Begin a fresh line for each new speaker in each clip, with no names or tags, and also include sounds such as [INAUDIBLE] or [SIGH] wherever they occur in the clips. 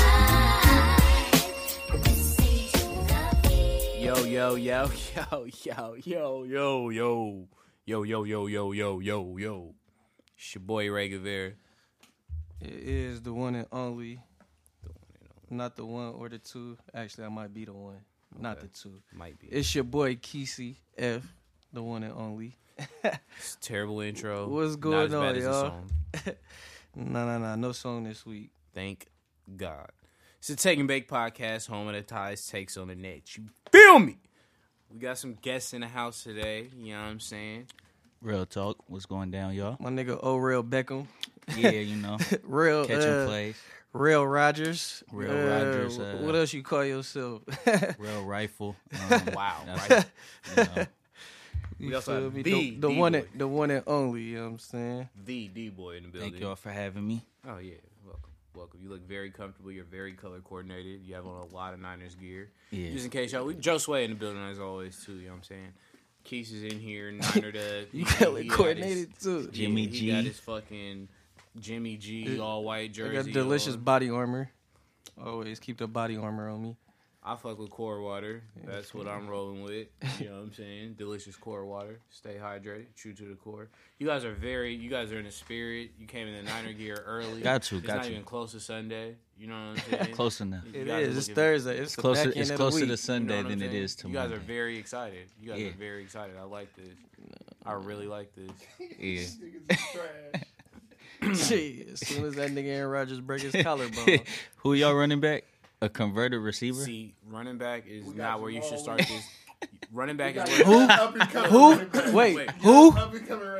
yo, [LAUGHS] yo, yo, yo, yo, yo, yo, yo, yo, yo, yo, yo, yo. It's your boy Ray Guevara.
It is the one and only. Not the one or the two. Actually, I might be the one, not the two.
Might be.
It's your boy Kesey F, the one and only.
It's a terrible intro.
What's
Not
going
as
on,
bad as the
y'all?
song.
No, no, no, no song this week.
Thank God. It's the Take and Bake podcast, home of the ties, takes on the net. You feel me? We got some guests in the house today. You know what I'm saying?
Real talk, what's going down,
[LAUGHS]
y'all?
My nigga O'Real Beckham, [LAUGHS]
Yeah, you know,
real
catching
uh,
plays,
real Rogers,
Real Rodgers, uh,
what else you call yourself? [LAUGHS]
[LAUGHS]
real rifle. Um,
Wow.
that's-
Right? [LAUGHS]
you know,
you
We also
feel
have
me?
the-
The, the
the
one,
boy.
and, the one and only. You know what I'm saying?
the D boy in the building.
thank y'all for having me.
Oh yeah, welcome, welcome. You look very comfortable. You're very color coordinated. You have on a lot of Niners gear.
Yeah.
Just in case y'all, we Joe Sway in the building as always too. You know what I'm saying? Keys is in here. Niner the
[LAUGHS]
he-
You got
he
it
got
coordinated too.
his-
Jimmy
he- He got
G.
his fucking Jimmy G all white
I
jersey.
got delicious
on.
body armor. Always keep the body armor on me.
I fuck with core water. That's what I'm rolling with. You
[LAUGHS]
know what I'm saying? Delicious core water. Stay hydrated. True to the core. You guys are very. You guys are in the spirit. You came in the Niner gear early.
Got to,
It's
got
not
to.
even close to Sunday. You know
[LAUGHS]
what I'm saying?
Close enough.
You
It
guys
is.
are
It's
looking-
Thursday. It's, the
Closer,
back
it's
end of the
closer
week.
to Sunday
You know what I'm
than it
saying?
is to
You guys
Monday.
are very excited. You guys
Yeah.
are very excited. I like this. I really like this.
yeah.
[LAUGHS] Shit, as soon as that nigga Aaron Rodgers break his [LAUGHS] collarbone,
[LAUGHS] Who y'all running back? A converted receiver?
See, running back is
got
not where you should
Jamal
start this. running [LAUGHS] back is where.
Who?
who? Wait,
Wait.
who?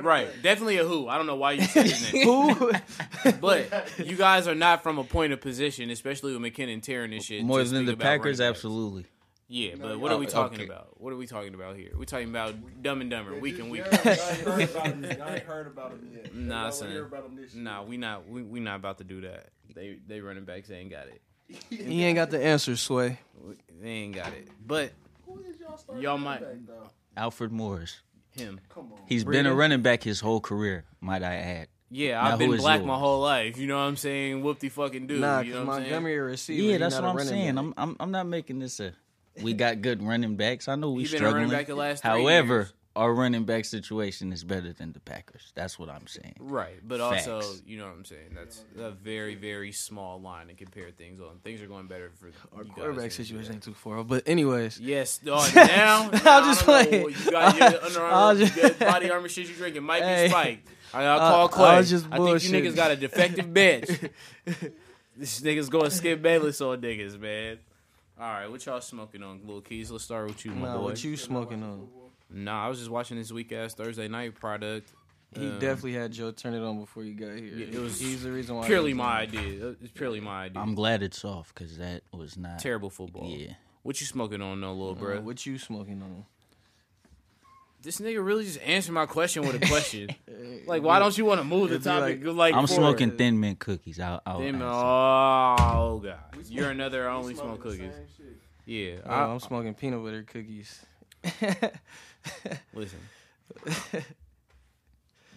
Right, definitely a who. I don't know why you said his
[LAUGHS]
name,
Who?
but you guys are not from a point of position, especially with McKinnon tearing and shit.
More
to
than
speak
the
about running
Packers,
backs.
absolutely.
Yeah,
No,
but what are we
okay.
talking about? What are we talking about here? We're talking about Dumb and Dumber, week and week.
I ain't heard about him yet. I ain't heard about him yet.
Nah,
Y'all wanna
son.
hear about him this
[LAUGHS]
year.
Nah, we not. We, we not about to do that. They they running backs they ain't got it.
He ain't got the answer, Sway.
We- They ain't got it. But
Who is y'all starting
Y'all
running
might-
back, though?
Alfred Morris.
him.
Come on.
He's been
Really?
a running back his whole career, might I add.
Yeah,
Now
I've
who
been
is
black
yours?
my whole life. You know what I'm saying? Whoop the fucking dude.
nah,
you know
because
what I'm saying?
Montgomery a receiver.
yeah,
he
that's
not
what
a
I'm
running
saying.
back.
I'm, I'm I'm not making this a. We got good running backs. I know we
He been a
struggling.
running back the last three
However,
years.
our running back situation is better than the Packers. That's what I'm saying.
Right, but
Facts.
also, you know what I'm saying? That's a very, very small line to compare things on. Things are going better for
Our
you guys
quarterback
than-
situation ain't too far, but anyways,
Yes,
[LAUGHS]
dog. Now
I'm
now I don't
just
know.
playing.
You
[LAUGHS]
got your Under
I
Armour,
was
you
just-
got body armor shit you drinking might
Hey. Uh,
be spiked. I, I
I-
call Clay.
I
I,
was just
think you
bullshitting.
niggas got a
[LAUGHS]
defective bench. this niggas going to skip Bayless on niggas, man. All right, what y'all smoking on, Lil Keys? Let's start with you, my
nah,
boy.
what you smoking on?
Nah, I was just watching this weak ass Thursday night product.
He
Um,
definitely had Joe turn it on before you got here.
Yeah, it was
He's the reason why.
purely
he was
my idea. Uh, It's purely my idea.
I'm glad it's off because that was not
terrible football.
Yeah,
What you smoking on, though, little
on.
bro?
Uh, What you smoking on?
This nigga really just answered my question with a
[LAUGHS]
question. like, why don't you want to move the
It'd be
topic? Like,
I'm
forward?
smoking Thin Mint cookies. I'll, I'll
Them-
answer.
oh god,
We
you're
smoking-
another
we
only smoke
smoking
cookies.
the same shit.
Yeah,
Oh,
I,
I'm smoking peanut butter [LAUGHS] cookies.
listen.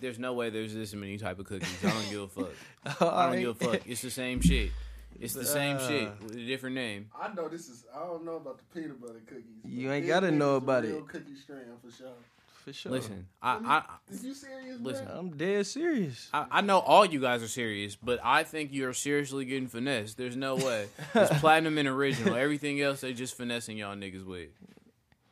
There's no way there's this many type of cookies. I don't give a
[LAUGHS]
fuck. I don't give a fuck. It's the same shit. It's the same
Uh. [LAUGHS]
shit with a different name.
I know this is. I don't know about the peanut butter cookies.
You
but
ain't
this
gotta
nigga's
know
a
about
real
it.
Cookie strand for sure.
For sure.
Listen, I, I
Is you serious?
Listen.
bro?
I'm dead serious.
I, I know all you guys are serious, but I think you're seriously getting finessed. There's no way.
[LAUGHS]
It's platinum and original. Everything else, they just finessing y'all niggas with.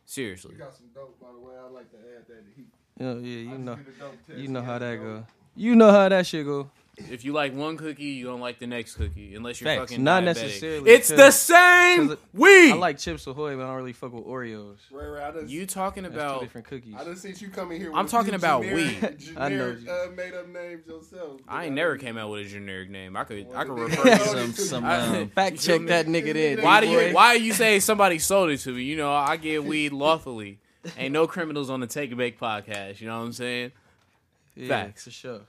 Seriously.
You got some dope, by the way. I like to add that. He,
Yeah, yeah,
I
you
just
know,
did a dope test.
you know
He
how
had
that
dope.
go. You know how that shit go.
If you like one cookie, you don't like the next cookie, unless you're
Facts.
fucking
Not
diabetic.
necessarily,
It's the
'cause-
same
'cause
weed.
I like Chips Ahoy, but I don't really fuck with Oreos.
Ray Ray, I done,
you talking
That's
about
two different cookies.
I done seen you come in here.
I'm
with
talking
these
about
generic,
[LAUGHS]
[LAUGHS]
weed. I know
generic,
you.
uh, made up names yourself.
I ain't never came out with a generic name. I could I could
Well,
refer to
nigga,
some.
some
[LAUGHS]
some
I-
um,
Fact
You feel
check
me?
that nigga then.
Why do
D-boy.
you why you say somebody sold it to me? You know, I get weed lawfully. Ain't no criminals on the Take and Bake podcast, you know what I'm saying?
Yeah,
Facts.
for sure.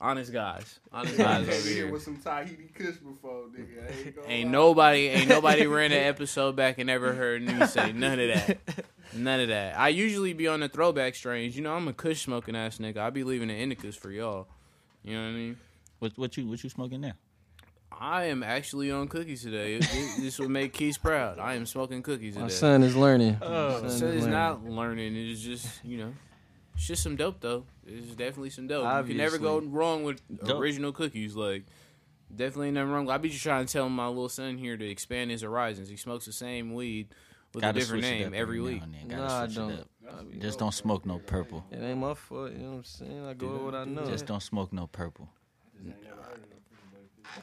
Honest guys. Honest
I
guys
came
over
here
here.
with some Tahiti Kush before, nigga. I ain't, gonna
Ain't
lie.
nobody, ain't nobody ran an episode back and ever heard me say none of that, none of that. I usually be on the throwback strains. You know, I'm a Kush smoking ass nigga. I be leaving the indicas for y'all. You know what I mean?
what, what you what you smoking now?
I am actually on cookies today. This, this will make Keith proud. I am smoking cookies today.
My son is learning.
Oh, So
My son is
it's
learning.
not learning. It's just you know, it's just some dope though. It's definitely some dope. You can never go
Obviously.
wrong with
Dope.
original cookies. Like definitely nothing wrong. I be just trying to tell my little son here to expand his horizons. He smokes the same weed with a different
switch it
name
up
every
now
week.
and then.
Nah, I
Gotta switch
don't.
it up. Just don't smoke no purple.
It ain't my fault. You know what I'm saying? I go with what I know.
Just don't smoke no purple.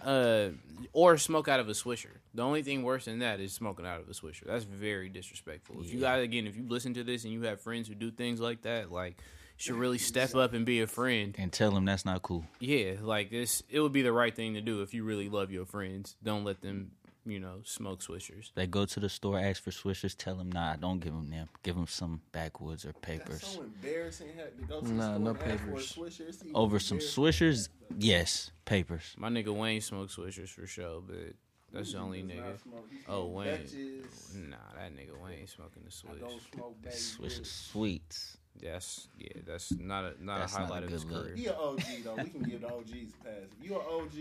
Uh, or smoke out of a swisher. The only thing worse than that is smoking out of a swisher. That's very disrespectful. If you guys again, if you listen to this and you have friends who do things like that, like you should really step up and be a friend
And tell them that's not cool.
Yeah, like this, it would be the right thing to do if you really love your friends. Don't let them, you know, smoke swishers.
They go to the store, ask for swishers, tell them nah, don't give them them. Give them some backwoods or
That's
papers.
so embarrassing. had to go to the
Nah,
store
no
and ask for a
papers.
Swisher. It's even
Over some
embarrassing.
swishers, yes, papers.
My nigga Wayne smokes swishers for sure, but that's the only
He does
nigga.
not smoke. He
Oh,
smoke
Wayne.
Dutches.
Nah, that nigga Wayne smoking the
I
swish.
don't smoke baby
Swishers,
Ruth.
sweets.
That's yeah, that's not a not
That's
a
not a
highlight of his
good look.
career.
He an OG though. We can give the OGs a pass. If you an OG,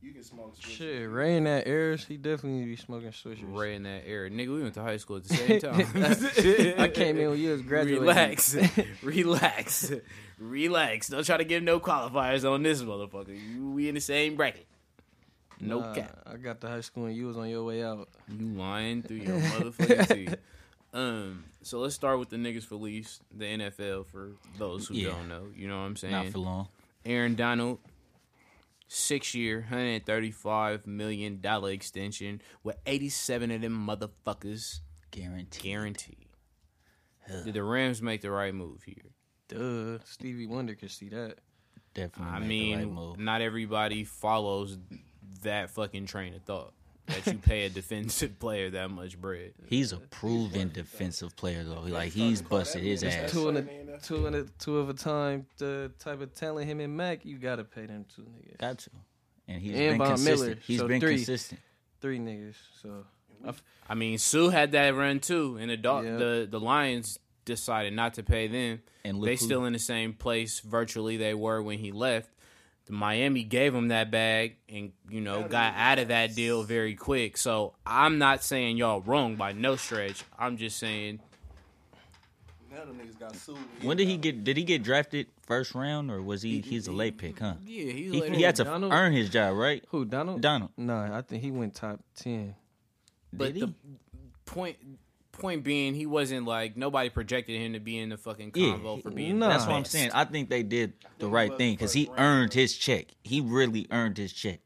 you can smoke. Swisher.
Shit, Ray and that Ayers, he definitely be smoking swishers. [LAUGHS]
Ray in that era, nigga. We went to high school at the same [LAUGHS] time.
I came in when you was graduating.
Relax, [LAUGHS] relax, relax. Don't try to give no qualifiers on this motherfucker. You, we in the same bracket. No
Nah,
cap.
I got to high school and you was on your way out.
You lying through
[LAUGHS]
your motherfucking teeth. Um, so let's start with the niggas for least, the NFL for those who
Yeah.
don't know. You know what I'm
Not
saying?
for long.
Aaron Donald, six year, hundred thirty five million dollar extension with eighty seven of them motherfuckers
Guarantee.
guaranteed. Did the Rams make the right move here?
Duh, Stevie Wonder could see that.
Definitely.
I
make
mean, mm,
the right move.
not everybody follows that fucking train of thought that you pay
[LAUGHS]
a defensive player that much bread.
He's a proven defensive player though. Like he's busted his ass.
Two in a
Man, that's
two in a two of a time. The type of talent him and Mac, you gotta pay them two niggas,
Got to. And he's
And Von
been
Miller,
consistent. He's
so
been
three.
consistent.
three niggas. So
I mean, Sue had that run too, and the dog,
Yeah.
the the Lions decided not to pay them.
And look
They
who-
still in the same place virtually they were when he left. The Miami gave him that bag, and you know got out of that deal very quick. So I'm not saying y'all wrong by no stretch. I'm just saying
Now them niggas got sued.
When did he get? Did he get drafted first round, or was he? He's a late pick, huh?
Yeah, he's
He, he had to
Donald-
earn his job, right?
who Donald?
Donald.
Nah, I think he went top ten.
But
Did he?
the point point being, he wasn't like nobody projected him to be in the fucking
Yeah,
convo
he-
for being.
nah.
the
That's what I'm
best.
saying. I think they did the right
was
thing because
first
he
round.
earned his check. He really earned his check.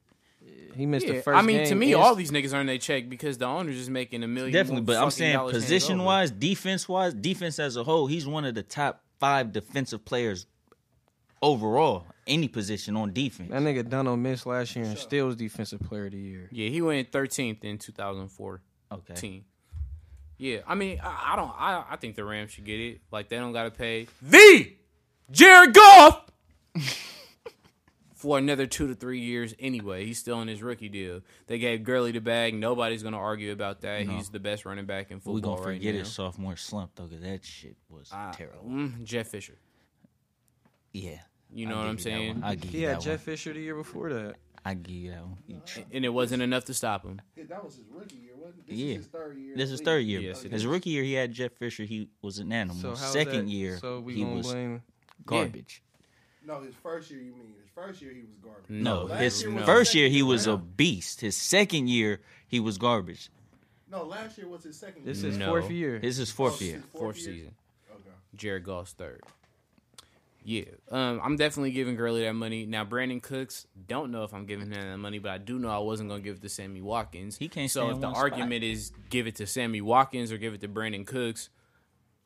He missed
Yeah,
the first.
I mean, to
game
me,
and-
all these niggas earn their check because the owners is making a million.
Definitely, but I'm
fucking
saying
dollars hands
position
over.
wise, defense wise, defense as a whole, he's one of the top five defensive players overall. Any position on defense.
that nigga Donald missed last year and still was defensive player of the year.
Yeah, he went 13th in 2014.
okay.
Yeah, I mean, I, I don't. I, I think the Rams should get it. Like they don't gotta pay the Jared Goff [LAUGHS] for another two to three years anyway. He's still in his rookie deal. They gave Gurley the bag. Nobody's gonna argue about that. He's the best running back in football
We gonna
right
forget
now.
his sophomore slump though, 'cause that shit was
Ah,
terrible.
mm, Jeff Fisher.
Yeah.
You know
I'll
what I'm
give you that
saying?
one. I'll give you
He had
that
Jeff
one.
Fisher the year before that.
I'll give you that one. You tr-
And it wasn't enough to stop him.
Yeah, that was his rookie year, wasn't it? This
Yeah.
is his third year. in
This
the
is
league.
third year.
Yes, it
His
is.
rookie year, he had Jeff Fisher. He was an
So
animal.
how's
Second
that-
year,
so we
he
gonna
was
blame.
garbage.
No, his first year. You mean his first year? He was garbage.
No,
No,
his
last year was
first
second
year he
year,
was
right?
a beast. His second year he was garbage.
No, last year was his second.
This
year.
is
No.
fourth year.
This is
Oh,
fourth
shit,
year.
Fourth
year?
season.
Okay.
Jared Goff's third. Yeah, um, I'm definitely giving Gurley that money. Now, Brandon Cooks, don't know if I'm giving him that money, but I do know I wasn't going to give it to Sammy Watkins.
He can't
So
stay in
if the
one spot.
argument is give it to Sammy Watkins or give it to Brandon Cooks,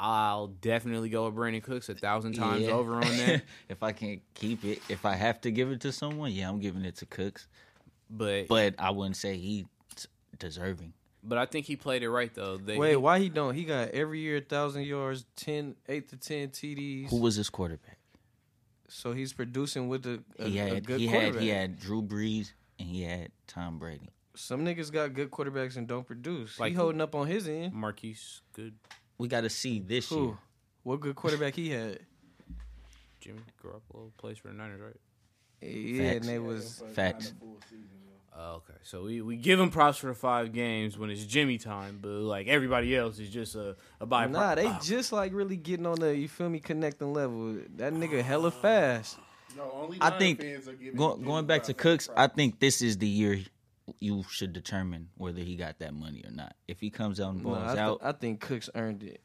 I'll definitely go with Brandon Cooks a thousand times
Yeah.
over on
[LAUGHS]
that.
if I can't keep it, if I have to give it to someone, yeah, I'm giving it to Cooks.
But, but
But I wouldn't say he's deserving.
I think he played it right though. They,
Wait, why he don't? He got every year thousand yards, 10, 8 to ten TDs.
Who was his quarterback?
So he's producing with a, a,
He
a
had
good
he
quarterback.
had he had Drew Brees and he had Tom Brady.
Some niggas got good quarterbacks and don't produce.
Like
he
who?
holding up on his end.
Marquise, good
We got to see this year.
Who? What good quarterback he had?
Jimmy Garoppolo plays for the Niners, right?
Yeah, and
Facts.
they
Yeah,
was
but
Facts.
not a full season, though.
Oh, Okay, so we, we give him props for the five games when it's Jimmy time, but like everybody else is just a a byproduct. Ah,
Nah, they just like really getting on the you feel me connecting level. That nigga hella fast.
No, only
I
Lion
think
fans are giving
Go,
Jimmy
going back to
props.
Cooks, I think this is the year you should determine whether he got that money or not. If he comes out and
Nah,
balls
I, thi-
out,
I think Cooks earned it.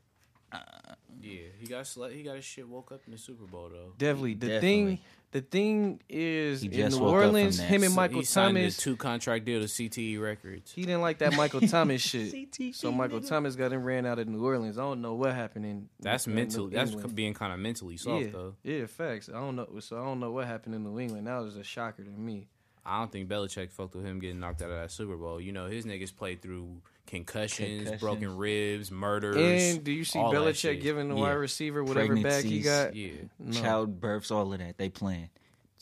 yeah, he got sle- he got his shit woke up in the Super Bowl though.
Definitely. The thing
Definitely.
the thing is
He
in
just
New
woke up from
Orleans,
that.
him and
So
Michael
he signed
Thomas
a two contract deal to CTE Records.
he didn't like that Michael Thomas shit. So Michael Thomas got him ran out of New Orleans. I don't know what happened in
That's
in
mental.
New
That's
England.
being kind of mentally soft
yeah,
though.
yeah, facts. I don't know. So I don't know what happened in New England. That was a shocker to me.
I don't think Belichick fucked with him getting knocked out of that Super Bowl. You know, his niggas played through concussions,
Concussions.
broken ribs, murders.
And do you see
all that
Belichick
shit.
giving the wide
Yeah.
receiver whatever back he
Pregnancies.
got?
Yeah.
No.
childbirths, all of that, they playing.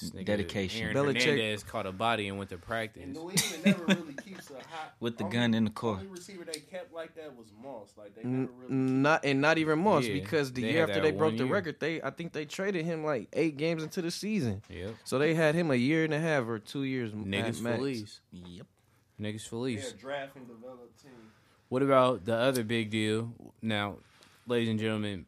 This nigga,
Dedication.
Aaron
Belichick-
Hernandez caught a body and went to practice.
And New England never really keeps a hot
[LAUGHS] With the
only-
gun in the car.
Only receiver they kept like that was Moss. Like they
N-
never really.
Not and not even Moss
Yeah,
because the
they
year
had
after
that
they broke
one
the
year.
record, they I think they traded him like eight games into the season,
Yep.
so they had him a year and a half or two years. at
Niggas
max.
Feliz.
Yep.
Niggas
They're
Feliz.
a draft and develop team.
What about the other big deal? Now, ladies and gentlemen,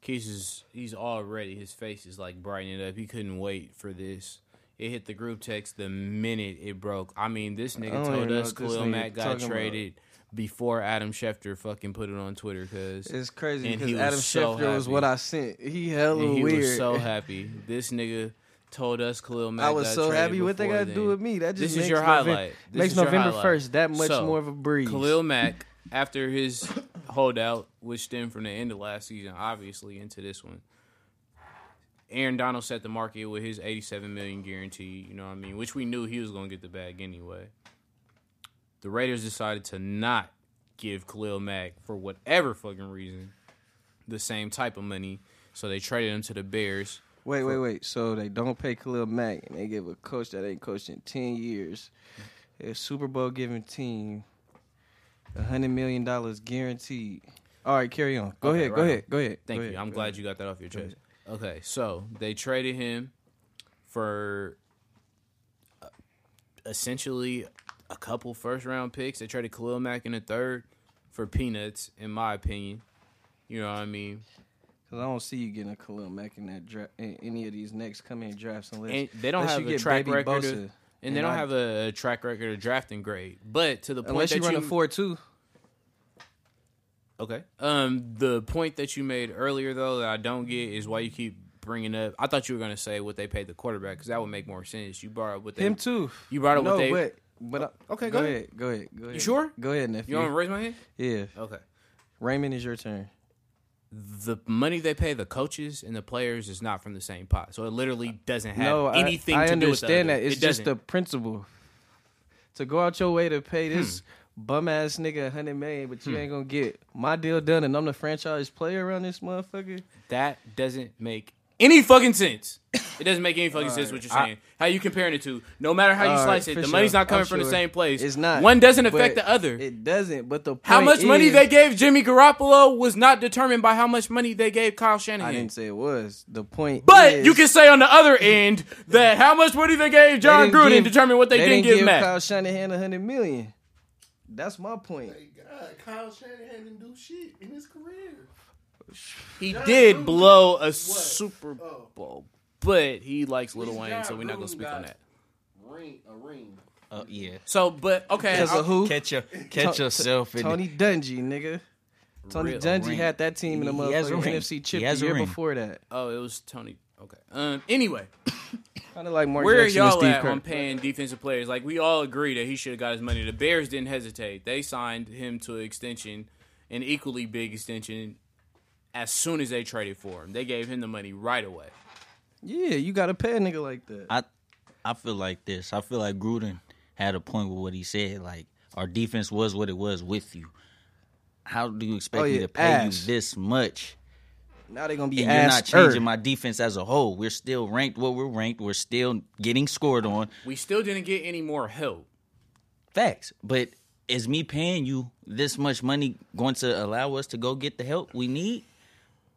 Keys is he's already his face is like brightening up. He couldn't wait for this. It hit the group text the minute it broke. I mean, this
I don't
nigga told
even know
us
what this
Khalil
nigga
Mack got
talking about.
traded before Adam Schefter fucking put it on Twitter because
It's crazy
And he
because
was
Adam
so
Schefter was
happy.
what I sent. He hella
he
weird. [LAUGHS]
was so happy. This nigga told us Khalil Mack.
I was
got
so
traded
happy. What they
before
got to
then.
do with me? That just
This is
makes
your
Novem-
highlight. This
makes
is your
November
highlight.
first that much
So,
more of a breeze.
Khalil Mack, after his holdout, which stemmed from the end of last season, obviously into this one. Aaron Donald set the market with his eighty-seven million guarantee. You know what I mean? Which we knew he was going to get the bag anyway. The Raiders decided to not give Khalil Mack for whatever fucking reason the same type of money, so they traded him to the Bears.
Wait, wait, wait. So they don't pay Khalil Mack, and they give a coach that ain't coached in ten years, a Super Bowl giving team, a hundred million dollars guaranteed. All right, carry on. Go
Okay,
ahead, go
right on.
ahead, go ahead.
Thank
go
you.
ahead,
I'm
go
glad
ahead.
you got that off your chest. Okay, so they traded him for uh, essentially a couple first round picks. They traded Khalil Mack in the third for peanuts, in my opinion. You know what I mean?
Cause I don't see you getting a Khalil Mack in that draft, in any of these next coming drafts unless
And they don't
unless
have
you
a
get
track
Baby
record, of-
Bosa,
and, they don't
I-
have a, a track record of drafting grade. But to the point
unless
that
you run a four two.
Okay. Um, the point that you made earlier, though, that I don't get is why you keep bringing up. I thought you were gonna say what they paid the quarterback because that would make more sense. You brought up what they
Him too.
You brought up
no,
what they.
but but I-
Okay,
go,
go
ahead.
ahead.
go ahead, go ahead.
sure?
Go ahead,
You want me
nephew.
to raise my hand?
yeah,
Okay.
Raymond is your turn.
The money they pay the coaches and the players is not from the same pot, so it literally doesn't have
no, I-
anything
I,
to do with the
understand
other.
that. It's
it
just the
doesn't.
principle. To go out your way to pay
Hmm.
this bum ass nigga a hundred million, but you ain't gonna get my deal done, and I'm the franchise player around this motherfucker.
that doesn't make any fucking sense. It doesn't make any fucking sense what you're saying. how you comparing it to? No matter how you
All right,
slice
for
it, the
sure.
money's not coming
I'm
from the
sure.
same place.
It's not.
One doesn't
but
affect the other.
It doesn't. But the
how
point
much money
is-
they gave Jimmy Garoppolo was not determined by how much money they gave Kyle
I
Shanahan.
didn't say it was the point.
But
is,
you can say on the other end that how much money they gave
they
John
didn't
Gruden
give-
determined what they, didn't, give, Matt.
Kyle Shanahan a hundred million. That's my point.
Thank God, Kyle Shanahan didn't do shit in his career.
He
John
did
Gruden
blow a
was
Super
a
Bowl, but he likes Lil
He's
Wayne,
John
so we're not gonna
Gruden
speak
guy.
on that.
Ring, a ring.
Uh, yeah.
So, but okay,
Because
I'll-
of who?
Catch your, catch
To-
yourself. in the-
Tony Dungy, nigga. Tony
Real
Dungy
ring.
had that team in the
He has a
motherfucking
ring.
NFC chip
He has
the
a
year
ring.
before that.
oh, it was Tony. Okay. Um. Anyway,
Kind of like Mark
where are
Jackson and
y'all
Steve
at
Kerr.
on paying defensive players? Like we all agree that he should have got his money. The Bears didn't hesitate; they signed him to an extension, an equally big extension, as soon as they traded for him. They gave him the money right away.
Yeah, you got to pay a nigga like that.
I I feel like this. I feel like Gruden had a point with what he said. Like our defense was what it was with you. How do you expect
Oh,
me
yeah,
to pay
ass.
you this much?
now they're gonna be
And
ass
you're not changing
my.
my defense as a whole. We're still ranked where we're ranked. We're still getting scored on.
We still didn't get any more help.
Facts. But is me paying you this much money going to allow us to go get the help we need?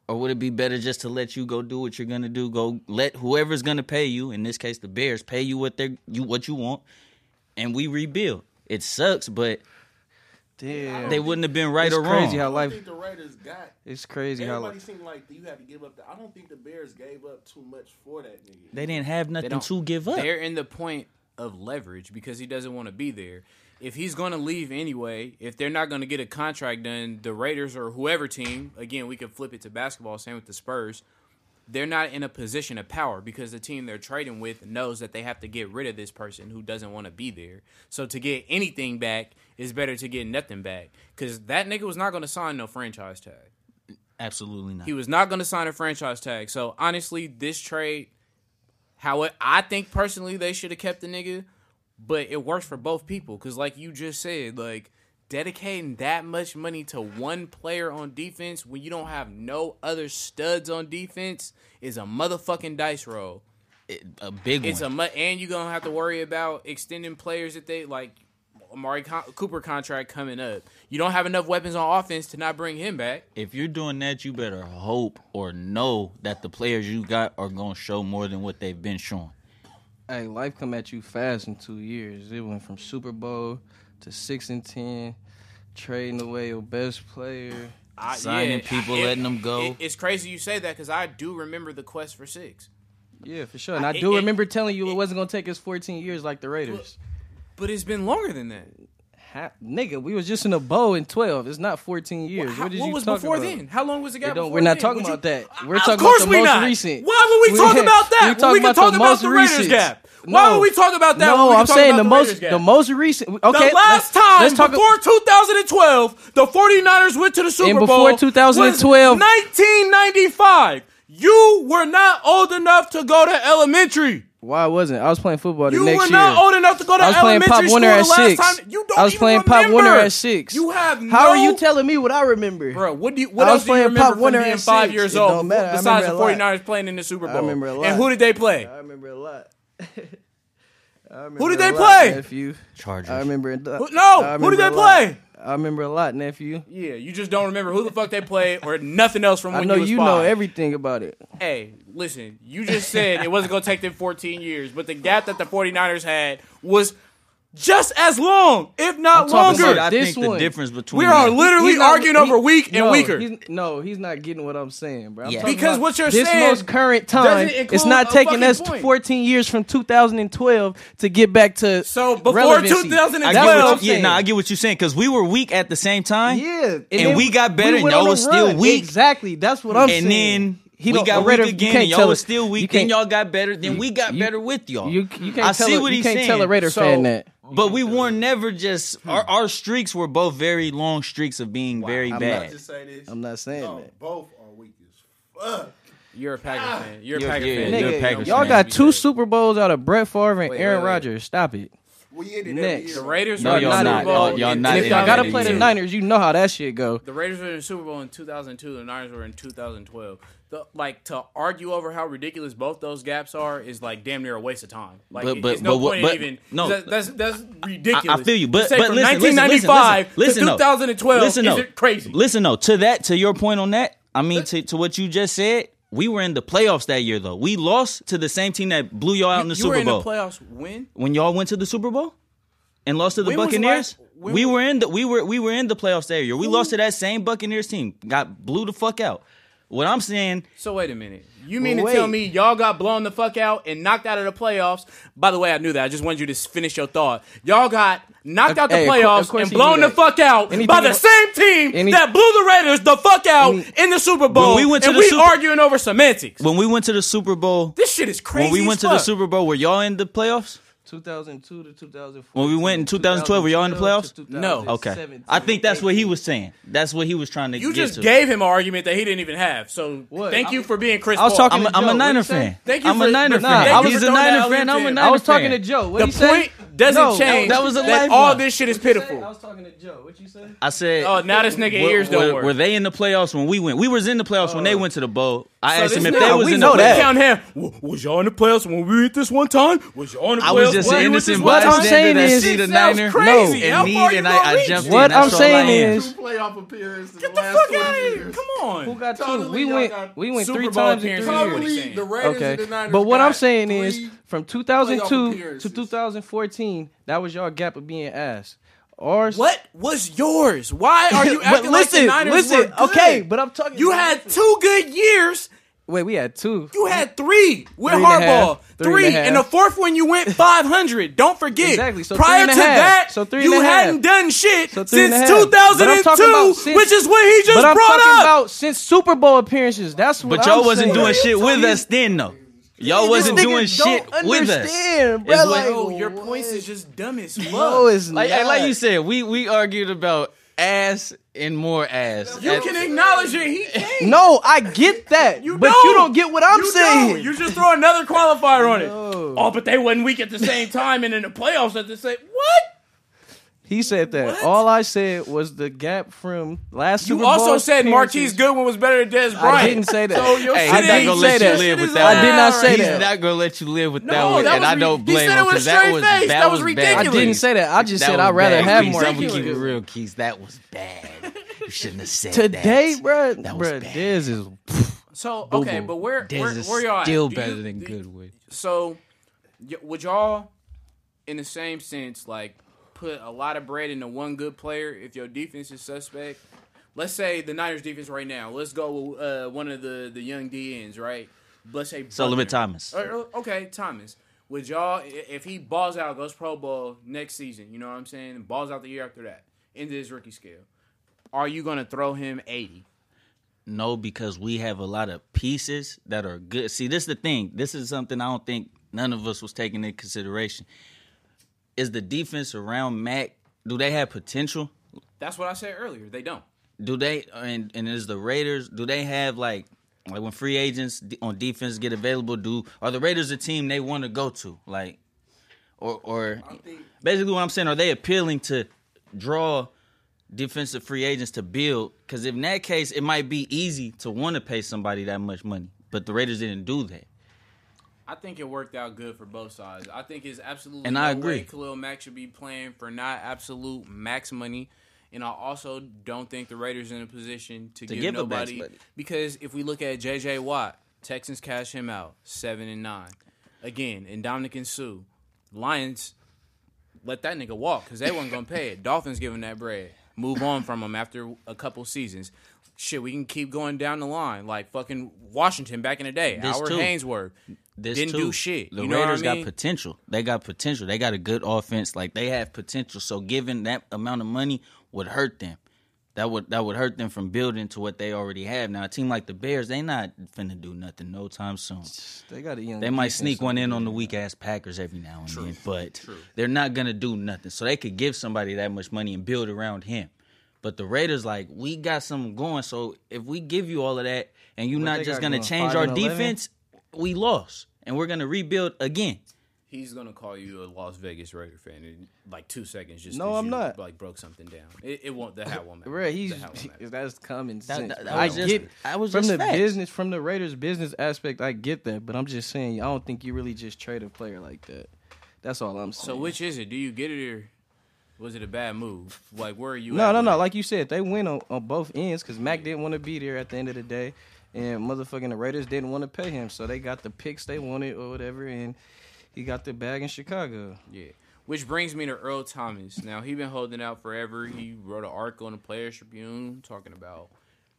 Or would it be better just to let you go do what you're gonna do? Go let whoever's gonna pay you, in this case the Bears, pay you what they are you what you want, and we rebuild. It sucks, but
Damn.
they wouldn't have been right
It's
or wrong.
crazy how
I don't
life.
think the Raiders got.
It's crazy how
Everybody
life.
seemed like you had to give up. The, I don't think the Bears gave up too much for that nigga.
they didn't have nothing
don't-
to give up.
They're in the point of leverage because he doesn't want to be there. If he's going to leave anyway, if they're not going to get a contract done, the Raiders or whoever team, again, we could flip it to basketball, same with the Spurs, they're not in a position of power because the team they're trading with knows that they have to get rid of this person who doesn't want to be there. So to get anything back is better to get nothing back because that nigga was not going to sign no franchise tag.
Absolutely not.
He was not going to sign a franchise tag. So honestly, this trade, how it, I think personally they should have kept the nigga, but it works for both people because, like you just said, like dedicating that much money to one player on defense when you don't have no other studs on defense is a motherfucking dice roll.
a big
It's a
one.
mu- and you're gonna have to worry about extending players that they like. Amari Con- Cooper contract coming up. You don't have enough weapons on offense to not bring him back.
if you're doing that, you better hope or know that the players you got are gonna show more than what they've been showing.
Hey, life come at you fast in two years. It went from Super Bowl to six and ten, trading away your best player.
I-
Signing people,
I- it-
letting them go.
it- it's crazy you say that because I do remember the quest for six,
Yeah, for sure. And I
It-
do
it-
remember telling you it wasn't gonna take us 14 years like the Raiders.
but it's been longer than that.
Ha- nigga, we was just in a bowl in 12. It's not 14 years.
Well, how-
what did you
was
talk
before
about?
then? How long was it?
It
Got
don't-
before
we're not
then?
talking
Would you-
about that. We're
Of
talking
course
about
we
the most
not.
recent.
Why would we,
[LAUGHS] We-
talk about
we
that? when
talking
we can
about
talk
the
about
most
the Raiders
recent.
gap. Why
No.
would we talk about that? when we
No,
can
I'm
talk
saying
about
the,
Raiders
most
gap?
the most recent. Okay,
The last
let's,
time
let's talk
before 2012, the 49ers went to the Super
And
Bowl.
before 2012
was 1995. You were not old enough to go to elementary.
Why I wasn't? I was playing football the
You
next
were
year.
not old enough to go to
I was playing
elementary
Pop
school
Warner
the
at
last
six.
time. You don't
I was
even
playing Pop Warner
remember.
at six.
You have no.
How are you telling me what I remember?
Bro, what do you, what
I was
else do you
playing
remember
Pop
from
Warner
being
at
five
six.
years
It
old
don't matter. I
besides the
remember a lot.
49ers playing in the Super Bowl?
remember a lot.
And who did they play?
I remember a lot.
Who did they play?
Nephew.
Chargers.
I remember. a lot.
Who- no,
I
who did
remember
they
a lot.
play?
I remember a lot, nephew.
Yeah, you just don't remember who the fuck they played or nothing else from when
I know
you was
you
five.
know everything about it.
Hey, listen, you just said it wasn't going to take them 14 years, but the gap that the 49ers had was just as long, if not
I'm talking
longer.
about
I
This
think the
one.
difference between
We are literally
He's not-
arguing
he-
over weak and
no,
weaker.
he's- no, he's not getting what I'm saying, bro. I'm
Yeah.
talking
Because
about
what you're
this
saying
most current
doesn't
time,
include
it's not
a
taking
fucking
us
point.
14 years from 2012 to get back to
So, before
relevancy.
2012
That's
I get
what
what
I'm
you, yeah,
saying.
nah, I get what you're saying because we were weak at the same time.
Yeah, and,
And
then
we got better and
went
y'all
on a
was still
run.
weak.
Exactly, that's what I'm
and
saying.
then
He
we
don't-
got
a Raider-
weak
you
again,
can't
and y'all
tell-
was still
you
weak. Then
can't-
y'all got better. Then we got
you-
better with y'all.
You, you can't
I
tell
see
a,
what
you
he's
can't
saying.
tell a Raider
So-
fan that.
but we were never just our, our streaks were both very long streaks of being very
I'm
bad.
I just say this.
I'm not saying
Y'all
that.
both are weak as fuck.
You're a Packer fan. You're a
You're-
Packer
yeah,
fan.
you're a
You
Nigga,
don't
Packers
know
y'all
what
fan.
got
you
two
said.
Super Bowls out of Brett Favre and
Wait,
Aaron
wait, wait.
Rodgers. Stop it.
We ended
Next.
The
every year.
Raiders
No,
were in
y'all
the Super
not.
Bowl.
Y'all-
y'all
in
not
And if y'all gotta play the
2002.
Niners, you know how that shit go.
The Raiders were in the Super Bowl in 2002. The Niners were in 2012. The, like to argue over how ridiculous both those gaps are is like damn near a waste of time. Like
But-
it-
but-
it's no
but what-
point
but-
in even.
no.
that- that's that's ridiculous.
I, I feel you,
To
but
say
but
from
listen, listen, listen,
1995
listen,
to
listen,
2012
listen,
is
though.
it crazy?
Listen though, to that, to your point on that, I mean to, to what you just said, we were in the playoffs that year though. We lost to the same team that blew y'all out in the
you
Super
were in
Bowl.
the playoffs when
when y'all went to the Super Bowl and lost to the
When was the
Buccaneers,
last- when
we
was-
were in the we were we were in the playoffs that year. We lost to that same Buccaneers team, got blew the fuck out. What I'm saying,
So wait a minute. You mean
Well,
to tell
wait.
me y'all got blown the fuck out and knocked out of the playoffs? By the way, I knew that. I just wanted you to s- finish your thought. Y'all got knocked out the
hey, of cour- of
playoffs
course
and
he knew
blown the
that.
fuck out
Anything
by the
about-
same team
Any-
that blew the Raiders the fuck out
Any-
in the Super Bowl.
When we went to
and
the
we
Super-
arguing over semantics.
when we went to the Super Bowl,
this shit is crazy.
when we went
as
to the
fuck.
Super Bowl, were y'all in the playoffs?
2002 to 2004.
When we went in 2012, were y'all in the playoffs?
No.
Okay, I think that's what he was saying. That's what he was trying to.
You
get
just
to.
gave him an argument that he didn't even have. So
What?
thank
I
you
was-
for being Chris.
I was
Paul.
talking
I'm a,
to
I'm a
Joe.
Niner
What'd you
fan.
say?
Thank you
I'm
for-
a Niner
nah,
fan.
thank
I
you
was
for
a
throwing that
Niner
out
fan.
there.
I'm a
I
Niner
was talking to
fan.
Joe. What
the
he say?
point doesn't
No.
change.
That was a
that
lifeline.
all this shit is
I
pitiful.
was talking to Joe. What you say?
I said,
Oh, now this nigga
were,
ears don't
were-
work.
Were they in the playoffs when we went? We was in the playoffs when they went to the bowl. I
So
asked
this
him if
nigga-
they
we
was in the
know
know
that.
playoffs.
that. Count him. W- Was y'all in the playoffs when we hit this one time? Was y'all in the playoffs?
I was just
when
an
you was
innocent
this one
What I'm
time?
saying
bystander that
is-
see
It
the
sounds
Niner
crazy.
in
How
need,
far you
and
gonna
I, I
reach?
jumped in.
What I'm
That's all I
saying
am.
is,
Two playoff appearances. in
Get
the
the
last
fuck
20
out of here!
years.
Come on.
who got
Totally
two? We
y'all
went,
got
we went
Super
three
Bowl
times in three
appearances.
years.
What he
Probably
saying.
the Raiders
Okay,
and the Niners.
but what I'm
got
saying is,
three
from
Playoff
2002 to
appearances.
2014, that was your gap of being ass. Ours. [LAUGHS]
What was yours? Why are you
But
acting like the Niners
listen,
were good?
okay, but I'm talking.
You had two good years.
wait, we had two.
You had three with
Three and a
Harbaugh.
half,
three,
three and a half.
the fourth one you
[LAUGHS]
went 500. Don't forget.
Exactly, so
Prior
three and a
to
half.
that,
So three
you
and a half.
hadn't done shit
So three and a
since
half. But I'm
2002,
talking about since-
which is what he just
But I'm
brought
talking
up.
about since Super Bowl appearances. That's what.
But
I'm
y'all wasn't
saying.
doing shit with us then, though. Y'all wasn't doing shit with us.
Understand, bro,
It's what- Oh,
like,
Bro, oh, your points is just dumb as fuck.
no, it's
Like,
not.
like you said, we we argued about ass and more ass.
you can acknowledge it.
[LAUGHS]
He can't.
No, I get that,
You
but you
don't.
don't get what I'm
you
saying.
Don't. You just throw another qualifier on it.
No.
Oh, but they wasn't weak at the same time and in the playoffs at the same. What?
He said that.
What?
All I said was the gap from last.
You
Super
also
Bowl
said Marquise
appearances.
Goodwin was better than Des Bryant.
I didn't say that.
So your
Hey,
shit
I'm not
ain't-
gonna
say
let you
that.
live
Shit
with
is
that.
I did not
alright.
say
He's
that.
not gonna let you live with that
No,
one,
that
and
was
I
re-
don't
he
blame
said it with
him
a
because that
straight
was
face.
that,
That was
was
ridiculous.
Bad.
I didn't say that. I just said I'd rather have
Keys.
more.
I'm gonna keep it
Ridiculous.
real, Keys. That was bad. You shouldn't have said
Today,
that.
bro,
That was
bro,
bad.
this is
So okay, but where
Dez
where,
is
where y'all at?
still
Do you-
better than Goodwood.
So y- would y'all, in the same sense, like put a lot of bread into one good player if your defense is suspect? Let's say the Niners defense right now. Let's go with uh, one of the the young DNs, right? Let's say
Sullivan
Buckner.
Thomas.
Or- or- okay, Thomas. Would y'all, i- if he balls out, goes Pro Bowl next season, you know what I'm saying? Balls out the year after that, into his rookie scale, are you going to throw him 80?
No, because we have a lot of pieces that are good. See, this is the thing. This is something I don't think none of us was taking into consideration. Is the defense around Mac? Do they have potential?
That's what I said earlier. They don't.
Do they and and is the Raiders? Do they have like like when free agents d- on defense get available? Do are the Raiders a team they want to go to? Like, or or basically what I'm saying are they appealing to draw defensive free agents to build? Because in that case, it might be easy to want to pay somebody that much money, but the Raiders didn't do that.
I think it worked out good for both sides. I think it's absolutely
And
no
I agree.
way Khalil Mack should be playing for not absolute max money. And I also don't think the Raiders in a position to, give,
give up max
nobody
money.
because if we look at JJ Watt, Texans cash him out seven and nine again, and Dominic and Sue, Lions let that nigga walk because they weren't gonna pay it. Dolphins giving that bread. Move on from him after a couple seasons. Shit, we can keep going down the line like fucking Washington back in the day.
This
Howard
too.
Hainsworth
This
didn't
too,
do shit.
The
you know
Raiders
what I mean?
got potential. They got potential. They got a good offense. Like they have potential. So giving that amount of money would hurt them. That would that would hurt them from building to what they already have. Now a team like the Bears, they not finna do nothing no time soon.
they got a young.
They might
defense
sneak one
over
in on
there.
the weak ass Packers every now and then, but they're not gonna do nothing. So they could give somebody that much money and build around him. But the Raiders, like, we got something going. So if we give you all of that and you're
they
not just
got
gonna
going?
change
Five
our
and 11?
defense, we lost. And we're gonna rebuild again.
He's gonna call you a Las Vegas Raider fan in like two seconds. Just
No,
'cause
I'm
you,
not.
Like broke something down. It, it won't. The hat won't matter.
Bruh, he's
The hat won't matter.
that's common sense.
that- that
bro. I
was just-
get
that was
from
just
the
facts.
business, from the Raiders' business aspect. I get that, but I'm just saying, I don't think you really just trade a player like that. That's all I'm saying.
So which is it? Do you get it or was it a bad move? Like where are you?
No,
at
no,
with
no.
it?
Like you said, they win on, on both ends because Mac didn't want to be there at the end of the day, and motherfucking the Raiders didn't want to pay him, so they got the picks they wanted or whatever, and he got the bag in Chicago.
Yeah. Which brings me to Earl Thomas. Now he been holding out forever. He wrote an article in the Players Tribune talking about,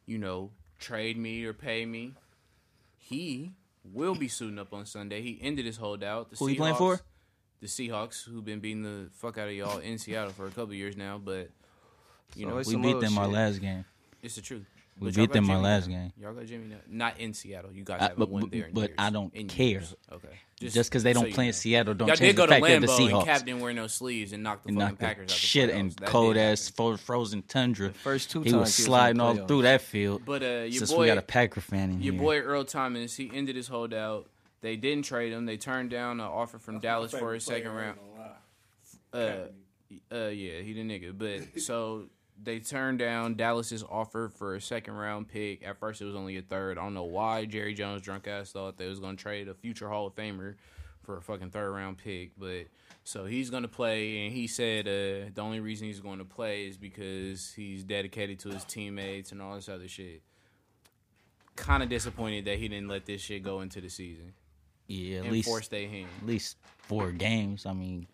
you know, trade me or pay me. He will be suiting up on Sunday. He ended his holdout. The
Who he playing for?
The Seahawks, who've been beating the fuck out of y'all in Seattle for a couple years now, but you know
always
We
Some
beat
old
them our
shit.
last game.
it's the truth.
We
But y'all
beat
got
them our
Jimmy
last
now.
game.
Y'all got Jimmy now. Not in Seattle. You guys
I-
haven't
but-
won
but-
there. In
but
years.
I don't
In
care.
years. Okay.
Just 'cause they
so
don't
you
play in Seattle don't
Y'all
change
did
the
go to
fact that the
Lambeau and
Seahawks-
Cap didn't wear no sleeves and knocked the
And
fucking
knocked the
Packers out. the
shit
playoffs.
in
That did
cold
happen.
ass fro- frozen tundra.
first two
he
times
was
he was in the
sliding all
playoffs.
through that field.
But uh, your
since
boy,
we got a Packer fan in
your
here,
boy Earl Thomas, he ended his holdout. They didn't trade him. They turned down an offer from Dallas for his second round. Uh, uh, yeah, he the nigga. But so they turned down Dallas's offer for a second round pick. At first, it was only a third. I don't know why Jerry Jones drunk ass thought they was gonna trade a future Hall of Famer for a fucking third round pick. But so he's gonna play, and he said uh, the only reason he's going to play is because he's dedicated to his teammates and all this other shit. Kind of disappointed that he didn't let this shit go into the season.
yeah, at
and
least
force their hand.
at least four games. I mean,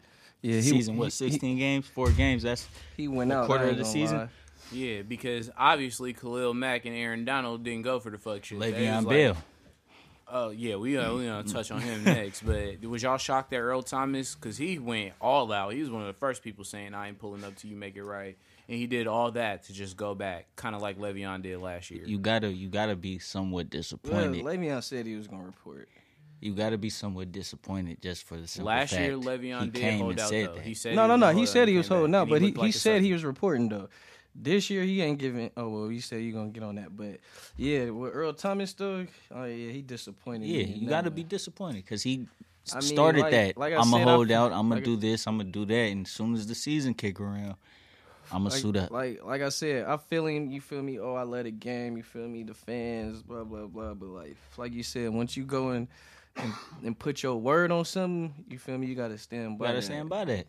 Yeah, he
season what
he-
sixteen games, four games. That's
He, he went out
quarter
I ain't
of the
gonna
season?
lie.
Yeah, because obviously Khalil Mack and Aaron Donald didn't go for the fuck shit. They
Le'Veon
was like,
Bell.
Oh yeah, we uh, we gonna touch on him next. But was y'all shocked at Earl Thomas because he went all out? He was one of the first people saying, "I ain't pulling up till you make it right," and he did all that to just go back, kind of like Le'Veon did last year.
You gotta you gotta be somewhat
Well,
disappointed.
Le'Veon said he was gonna report.
you gotta be somewhat disappointed just for the simple
last year,
fact
Le'Veon
he
did
came
hold
and
out
said
though.
that.
He said
No,
he
no,
was
no.
gonna
He
hold
said
out
he
and
was
came
holding
back,
out,
and
but he,
looked
he
like a
said he
sucker.
was reporting though. This year he ain't giving. Oh well, you said you gonna get on that, but yeah, with Earl Thomas though, oh yeah, he disappointed. me
yeah,
in
you
that
gotta
one.
be disappointed because he s-
I mean,
started
like-
that.
like I
I'm gonna
said, I
hold
feel-
out. I'm gonna
like I-
do this. I'm gonna do that. And as soon as the season kick around, I'm gonna
like,
suit up.
Like like I said, I feel him. You feel me? Oh, I love the game. You feel me? The fans, blah blah blah. But like like you said, once you go and and, and put your word on something, you feel me? You gotta stand
You
by.
gotta
that.
stand by that.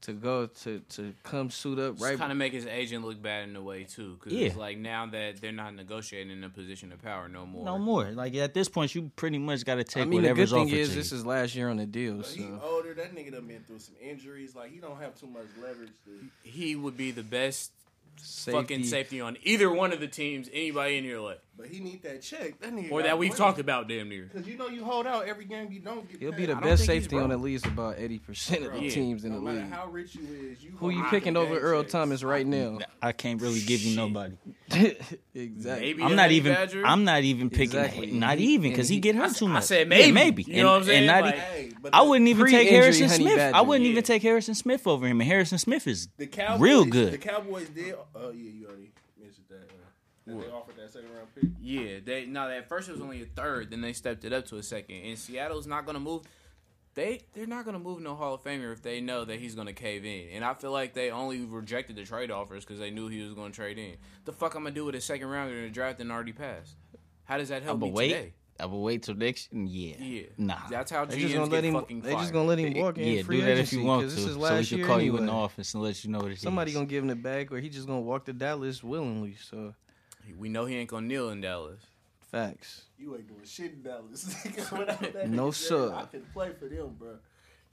to go to to come suit up right.
kind of make his agent look bad in a way too, because
Yeah.
it's like now that they're not negotiating in a position of power no more.
No more. Like at this point, you pretty much gotta take
I mean, the good
whatever's
thing
offered
is
to
this
you.
is last year on the deal,
But he
so
older. That nigga done been through some injuries. Like he don't have too much leverage. To,
He would be the best fucking
safety-
safety on either one of the teams anybody in here like,
but he need that check. That nigga
or that we've talked about damn near.
Because you know you hold out every game. You don't get.
He'll
paid.
be the
I don't
best
think he's
safety on
broke.
at least about eighty percent of the
Yeah.
teams in the
No matter
league.
how rich you is, you
Who
gonna
you
get
picking over
game
Earl
checks.
Thomas right now?
I can't really give you
Shit.
nobody.
[LAUGHS] exactly.
Maybe
I'm
the
not
Honey
even.
Badger.
I'm not even picking.
Exactly.
Not
He-
even because he,
and
get
I
hurt
s-
too
I
much.
said
Yeah,
maybe.
maybe.
You know what I'm saying?
And not,
Like-
e-
Hey, but
I
the-
wouldn't even take
Pre-injury
Harrison
Honey
Smith. I
Badger.
wouldn't
Yeah.
even take Harrison Smith over him. And Harrison Smith is
The Cowboys,
real good.
The Cowboys did. Oh yeah, you already mentioned that. Uh, that they offered that second round pick.
Yeah, they no. At first it was only a third, then they stepped it up to a second. And Seattle's not going to move. They they're not going to move no Hall of Famer if they know that he's going to cave in. And I feel like they only rejected the trade offers because they knew he was going to trade in. The fuck I'm gonna do with a second rounder in a draft and already passed? How does that help
I'ma
me
wait.
today?
I will wait till next. Yeah.
Yeah,
Nah.
That's how
They
GMs
just gonna let
get
him.
fucking
They just
fired.
gonna let him walk in
yeah,
free
do that if
agency
you want to.
This is
so we
last
should
year
call you
anyway.
in the office and let you know what it is.
Somebody gonna give him the bag, or he just gonna walk to Dallas willingly. So
We know he ain't gonna kneel in Dallas.
facts.
You ain't doing shit in Dallas. [LAUGHS] Nigga, Without that
No,
nigga,
sir.
I can play for them, bro.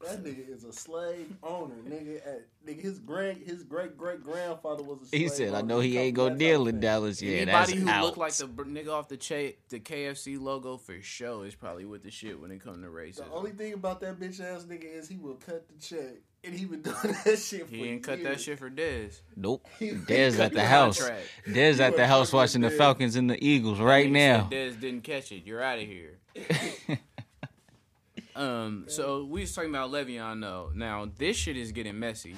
That nigga is a slave owner, nigga. At, nigga, his great, his great great grandfather was a slave.
He said, "I
owner
know he
Come
ain't gonna
back
deal
out
in
there.
Dallas. Yeah, that's
Anybody who
out.
looked like the br- nigga off the cha- the KFC logo for sure is probably with the shit when it comes to racism.
The only thing about that bitch ass nigga is he will cut the check, and he been [LAUGHS] doing that shit.
he
for
didn't cut that
years.
shit for Dez.
nope.
[LAUGHS]
He-
Dez
he
at the
cut
house.
contract.
Dez at
a
the house
fucking
watching the
bitch.
Falcons and the Eagles right
Nigga
now.
said Dez didn't catch it. You're out of
[LAUGHS]
here. um. So we was talking about Le'Veon though. Now this shit is getting messy.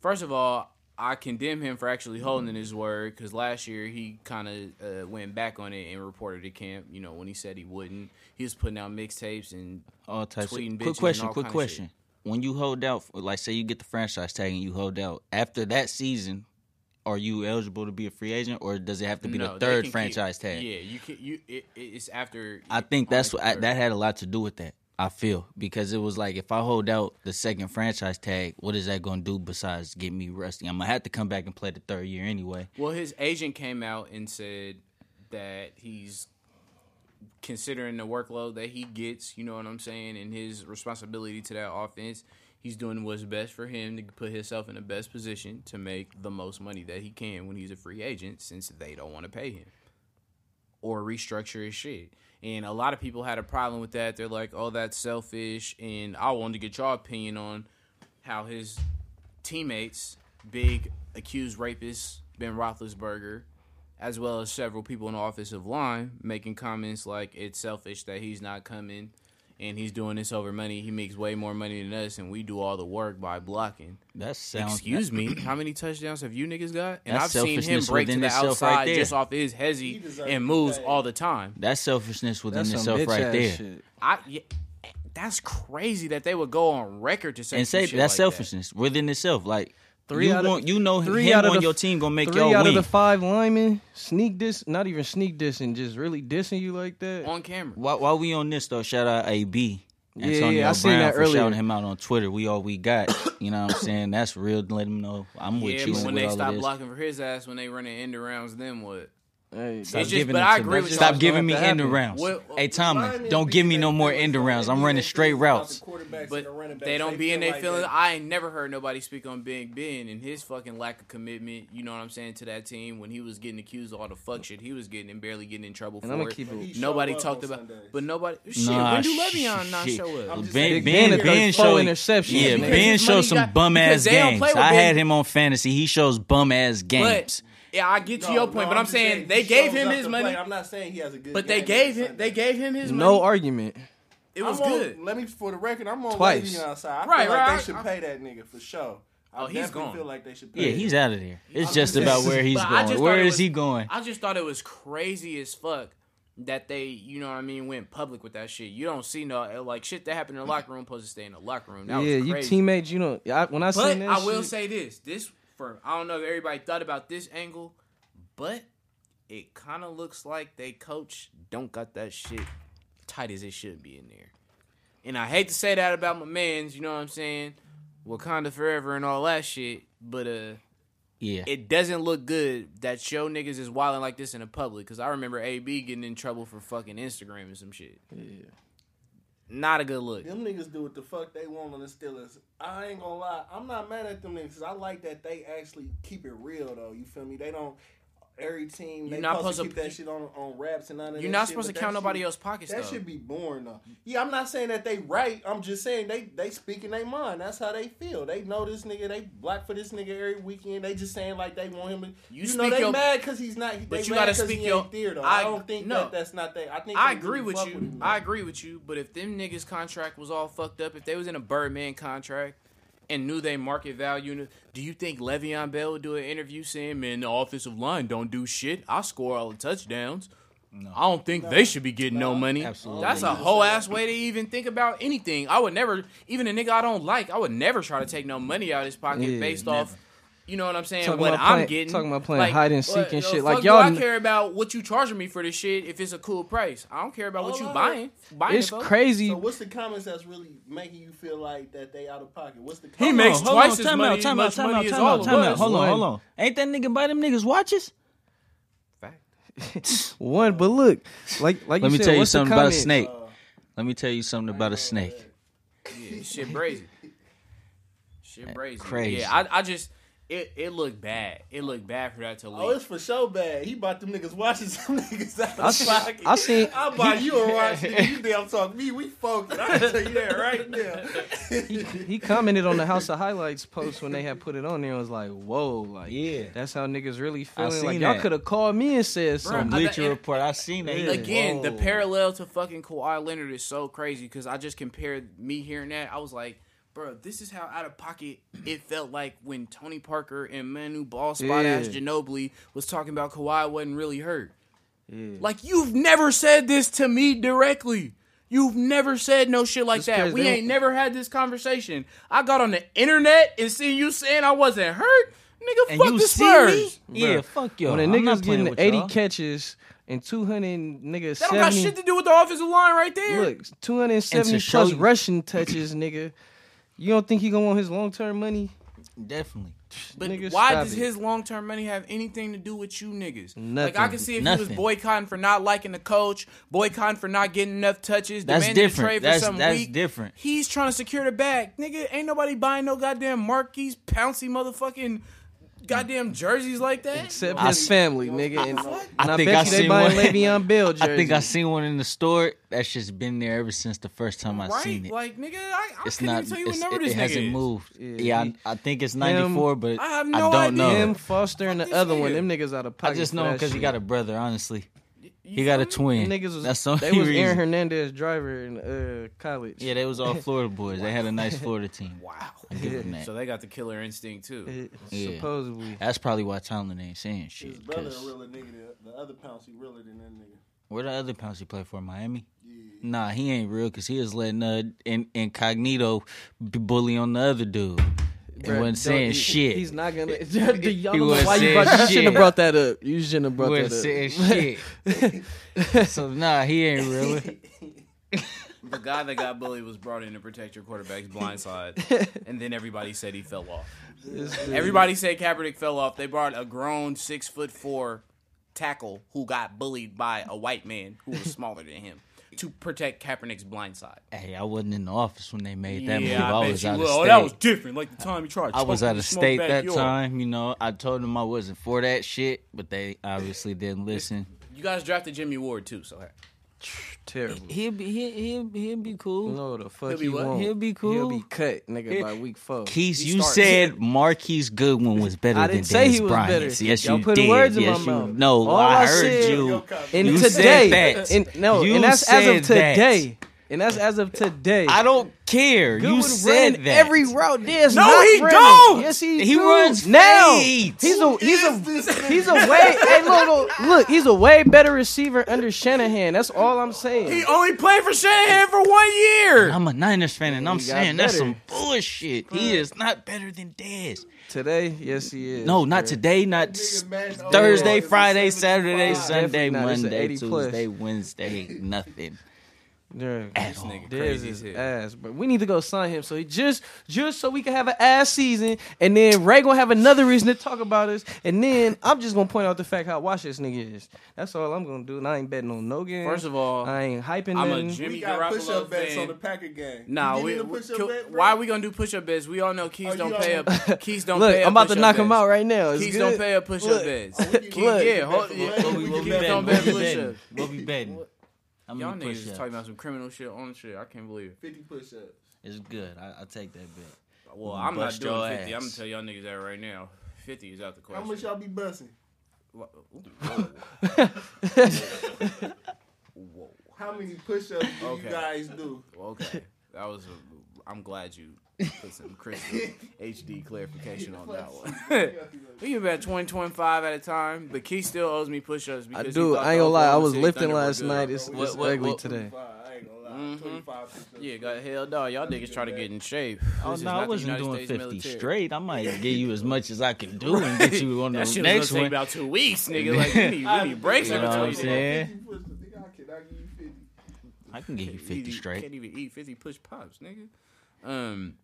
First of all, I condemn him for actually holding his word because last year he kind of uh, went back on it and reported to camp. You know when he said he wouldn't, he was putting out mixtapes and
All types. Of,
Tweeting bitches
quick
and
question.
all
Quick
kinda shit.
question. When you hold out, for- like say you get the franchise tag and you hold out after that season, are you eligible to be a free agent, or does it have to be
No,
the
they can
third
keep-
franchise tag?
Yeah, you can. You it, it- it's after.
I think that's what I,
Honestly,
that had a lot to do with that. I feel because it was like if I hold out the second franchise tag, what is that going to do besides get me rusty? I'm gonna have to come back and play the third year anyway.
Well, his agent came out and said that he's considering the workload that he gets, you know what I'm saying, and his responsibility to that offense. He's doing what's best for him to put himself in the best position to make the most money that he can when he's a free agent since they don't want to pay him or restructure his shit. And a lot of people had a problem with that. They're like, oh, that's selfish. And I wanted to get your opinion on how his teammates, big accused rapist Ben Roethlisberger, as well as several people in the offensive line, making comments like it's selfish that he's not coming and he's doing this over money. He makes way more money than us, and we do all the work by blocking.
That sounds
Excuse
[CLEARS THROAT]
me, how many touchdowns have you niggas got? And
That's
I've seen him
selfishness
break to
within
the
itself
outside
right there.
just off his
He
hezzy
deserves
and
to
moves
pay.
all the time.
That's selfishness within
That's some
itself
bitch
right
ass
there.
shit.
I yeah, that's crazy that they would go on record to say
And
some
say
shit like
that's
that.
selfishness within itself. Like
Three
you
out of-
want, you know,
three
him
out of
on
the-
your team gonna make
Three
y'all
out of
win.
the five linemen sneak this, not even sneak this, and just really dissing you like that.
on camera.
While, while we on this though, shout out AB.
Yeah,
Antonio
yeah, I
Brown
seen that
for
earlier.
shouting him out on Twitter. We all we got. You know what I'm saying? That's real. Let him know I'm with
yeah,
you.
but
with
when they
all of
stop
this.
blocking for his ass when they running end arounds, then what?
Hey,
Stop
It's just-
giving
but
them
I
to
agree
me.
with
Stop
y'all.
giving me
That happened.
end rounds.
Well,
hey
Mine
Tomlin,
is
don't give me
because
no
they
more
feel
end
like
rounds. I'm
they
running
feel
straight
about the
routes.
quarterbacks and the
But
running backs.
they don't be in
feel
their
like
feelings.
they-
I ain't never heard nobody speak on Big Ben and his fucking lack of commitment. You know what I'm saying to that team when he was getting accused of all the fuck shit he was getting and barely getting in trouble
And
for
I'ma
it.
keep it-
He showed
Nobody
up
talked
on
about,
Sundays.
but nobody. Shit,
Nah,
when do
sh-
Le'Veon not
shit.
show up?
I'm just
Ben,
saying,
Big Ben
ben,
at
ben
34
showed
interceptions,
Yeah,
nigga.
Ben
Because money
showed some
got-
bum
because
ass
they don't
games.
play with
I had
Ben.
him on fantasy. He shows bum ass
But
games.
yeah, I get to
No,
your
no,
point, but I'm,
just
saying
he
they gave
shows
him
up
his
to
money.
play. I'm not saying he has a good.
But they
game
gave
every
him they
Sunday.
gave him his money.
no argument.
it was
I'm on-
good.
let me for the record, I'm on
Twice.
Le'Veon side. I
Right,
feel like
right,
they should
I-
pay that nigga for sure. I
Oh, he's
definitely
gone.
Feel like they should pay.
Yeah,
him.
he's out of there. It's just
I'm just-
about where he's
But I
going.
just
Where
thought it
is he
was-
going?
I just thought it was crazy as fuck that they, you know what I mean, went public with that shit. You don't see no like shit that happened in the locker room supposed to stay in the locker room. That
yeah,
was
you
crazy.
teammates, you know. I, when I
But
seen that,
I will
shit,
say this: this for I don't know if everybody thought about this angle, but it kind of looks like they coach don't got that shit tight as it should be in there. And I hate to say that about my man's, you know what I'm saying? Wakanda forever and all that shit, but uh,
Yeah.
it doesn't look good that yo niggas is wilding like this in the public. Cause I remember AB getting in trouble for fucking Instagram and some shit.
yeah.
Not a good look.
Them niggas do what the fuck they want on the Steelers. I ain't gonna lie. I'm not mad at them niggas. I like that they actually keep it real though. You feel me? They don't. Every team they
You're not
supposed to keep
supposed to-
that shit on on raps and none of that.
You're not
shit,
supposed to
but
count
that
nobody
shit-
else's pockets
That
though.
should be boring though. Yeah, I'm not saying that they right. I'm just saying they they speaking their mind. That's how they feel. They know this nigga. They black for this nigga every weekend. They just saying like they want him. To,
You
you, know
speak
they
your-
mad because he's not.
But
they
you
mad
gotta
'cause
speak
he
your-
ain't there though.
I-
I, don't think
no.
that that's not they. I think
I
they
agree
really
with
fuck
you.
him, though.
I agree with you. But if them niggas' contract was all fucked up, if they was in a Birdman contract and knew they market value, do you think Le'Veon Bell would do an interview saying, "Man, the offensive line don't do shit. I score all the touchdowns." I don't think they should be getting no,
No.
money.
Absolutely.
That's a whole ass way to even think about anything. I would never, even a nigga I don't like, I would never try to take no money out of his pocket
Yeah,
based off, you know what I'm saying?
Talking
what
about
I'm
playing-
getting.
talking about playing hide and seek
what
and
the
shit. Like,
fuck do
y'all kn-
I care about what you charging me for this shit if it's a cool price. I don't care about what
Hold
you
on.
buying. buying
it's
it for.
crazy.
So what's the comments that's really making you feel like that they out of pocket? What's the
He
comments?
makes
Hold
twice
on,
as
time
money-
out, time
much
out, time
money
out,
as
time
all
out,
of
time
us.
out. Hold on,
One.
hold on. Ain't that nigga buy them niggas watches?
One, but look, like like you
Let me
said,
tell you
what's the
something about a
comment?
snake.
uh,
Let me tell you something about a snake.
Yeah, this shit brazy. Shit brazy.
Crazy.
Yeah, I, I just it it looked bad. It looked bad for that to leave.
Oh, it's for sure bad. He bought them niggas watches. Them [LAUGHS] niggas out of
see-
pocket.
I see-
I bought you a watch. nigga. You damn talk me. We focused. I can tell you that right now.
He commented on the House of Highlights post when they had put it on there. and was like, whoa, like
Yeah.
that's how niggas really feeling. Like
seen
y'all
that.
could have called me and said something.
I-
Bleacher Report. I seen that. He like,
Again, the
whoa.
parallel to fucking Kawhi Leonard is so crazy because I just compared me hearing that. I was like, bro, this is how out of pocket it felt like when Tony Parker and Manu Ball spot ass
Yeah.
Ginobili was talking about Kawhi wasn't really hurt.
Yeah.
Like you've never said this to me directly. You've never said no shit like
Just 'cause
that. We
they-
ain't never had this conversation. I got on the internet and seen you saying I wasn't hurt. Nigga,
And
fuck
you
the
see me?
Spurs.
Yeah, fuck yo.
when a
I'm
nigga's
not playing
getting
with
80
y'all.
catches and 200 niggas
That don't got
70
shit to do with the offensive line right there.
look
And to
270
show
plus
you-
rushing touches, nigga. You don't think he gonna want his long term money?
Definitely.
But
Nigga,
why
stop
does
it.
his long term money have anything to do with you niggas? Like I
Nothing.
can see if he
Nothing.
was boycotting for not liking the coach, boycotting for not getting enough touches,
That's
demanding
different.
a trade for
That's-
something
that's
weak.
different.
He's trying to secure the bag, nigga. Ain't nobody buying no goddamn Marquise Pouncy motherfucking goddamn jerseys like that.
Except
I
his
s-
family, nigga. And,
I
and I
think
bet
I
you they
seen
buying
one. [LAUGHS]
Le'Veon Bell
I
jersey.
think I seen one in the store. That's just been there ever since the first time I
right?
seen it.
Like nigga, I, I
it's
couldn't
not.
even tell you what
it's-
number
it,
this
it
nigga
hasn't
is.
moved.
Yeah,
Yeah,
he-
I, I think it's 94, but
I
I,
have no
don't
idea.
know.
him, Foster, and the
this
other one.
nigga.
Them niggas out of
uh, I
pocket.
just
for
know him
that
because he
shit.
got a brother. Honestly,
You
he got a
feel me?
twin.
Niggas was
That's the only
they was
reason.
Aaron Hernandez driver in uh, college.
Yeah, they was all Florida boys. They had a nice Florida team.
Wow.
I give him that.
So they got the killer instinct too.
Uh,
Yeah.
supposedly.
That's probably why Tomlin ain't saying
[LAUGHS] His
shit.
brother a
'cause
realer nigga. The, the other pounce he realer than that nigga.
Where the other pounds he play for? Miami.
Yeah.
Nah, he ain't real because he was letting uh, in, incognito b- bully on the other dude. It
Bruh,
wasn't
don't-
saying
he-
shit.
He's not gonna. [LAUGHS] Y'all don't know
wasn't
why you,
saying
brought, you shouldn't have
shit.
brought that up. You shouldn't have brought
Wasn't
that [LAUGHS] up.
so nah, he ain't real. [LAUGHS]
The guy that got bullied was brought in to protect your quarterback's blind
[LAUGHS]
side, and then everybody said he fell off.
This dude-
Everybody said Kaepernick fell off. They brought a grown six foot four tackle who got bullied by a white man who was smaller than him to protect Kaepernick's blind side.
Hey, I wasn't in the office when they made that
yeah,
move. I,
bet
was
you
out
will.
of
Oh,
state.
that was different. Like the time he tried. to
I was
choke
out
me,
of
smoke
state
back
that
your-
time. You know, I told them I wasn't for that shit, but they obviously didn't listen.
You guys drafted Jimmy Ward too, so
Terrible.
He'll be he he'll, he'll be cool.
No, the fuck
He'll be
he
what?
won't.
He'll be
He'll
cool.
be cut, nigga, by week four.
Keith,
He
you
starts.
said Marquise Goodwin was better
I
than
didn't say
Dez
he was
Bryant.
better.
Yes,
Y'all
you
putting
did.
words in
yes,
my
you,
mouth.
No,
All
I,
I
heard
said-
you.
And
You said
today,
that.
and no,
You
and that's as of
said that.
today, and that's as of today.
I don't care.
Goodwin
you said
ran
that
every route. There's
No,
not
he
running.
don't.
Yes, he
He
do.
runs
now.
fades.
He's a he's
Is
a
this
he's a way. hey, look, look, look, he's a way better receiver under Shanahan. That's all I'm saying.
only played for Shanahan for one year.
I'm a Niners fan, and I'm
got
saying that's
better.
some bullshit. He is not better than Dez.
Today, yes, he is.
No, not
bruh.
today. Not s-
Nigga, man, oh,
Thursday,
it's a
Friday, Saturday,
75. Definitely
Sunday,
not. It's a
Monday,
80 plus.
Tuesday,
[LAUGHS]
Wednesday. Nothing
Bruh,
at all.
nigga.
Dez
Crazy
is
as hell.
ass, but we need to go sign him. So he just just so we can have an ass season, and then Ray gonna have another reason to talk about us, and then I'm just gonna point out the fact how washed this nigga is. That's all I'm gonna do, and I ain't betting on no game.
First of all,
I ain't hyping.
I'm a
nothing.
Jimmy
We got
Garoppolo
push up bets
fan.
on the Packer game.
Nah,
You
we,
getting the
we-
push-up
kill-
bet, bro?
why are we gonna do push up beds? We all know Keys
Oh,
don't
you
pay
all-
up. [LAUGHS] Keys don't
Look,
pay up.
I'm about to
push-up
knock him
bets.
out right now. It's
Keys
good.
don't pay up push up
Look.
beds.
Oh, we can-
Keys,
Look.
yeah, hold,
Look.
yeah.
What we- what
Keys
we
don't pay
betting?
up push up.
We'll be betting. I'm
Y'all
gonna
niggas
push
is
up.
talking about some criminal shit on shit. I can't believe it.
50 push ups.
It's good. I, I take that bet.
[LAUGHS]
Well,
I'ma
I'm not
bust your
doing 50.
ass.
I'm gonna tell y'all niggas that right now. 50 is out the
How
question.
much y'all be busting?
Wha- ooh,
How many push ups do
Okay.
you guys do?
whoa, okay. That was a, I'm glad you put some crystal
[LAUGHS]
HD clarification on that one. [LAUGHS] We can bet 20, 25 at a time, but Key still owes me push-ups.
I
Because he
do.
thought
I
the
ain't gonna lie. I
Oklahoma
was
City
lifting
Thunder were
last
good.
night. It's,
What-
it's
what-
ugly
what-
today.
I ain't gonna lie.
Mhm.
25 push ups.
Yeah, got hell no. Y'all niggas try to get in shape.
Oh
This is
no,
not
I
the
wasn't
United
doing
States
50
military.
straight. I might give you as much as I can do and get you
[LAUGHS]
on the
That shit was
next
gonna take
one.
about two weeks,
[LAUGHS]
nigga. Like, you need, we need breaks
You
every
know what
time.
I'm saying? I can give you 50
Can't
straight.
even eat 50 push pops, nigga. Um,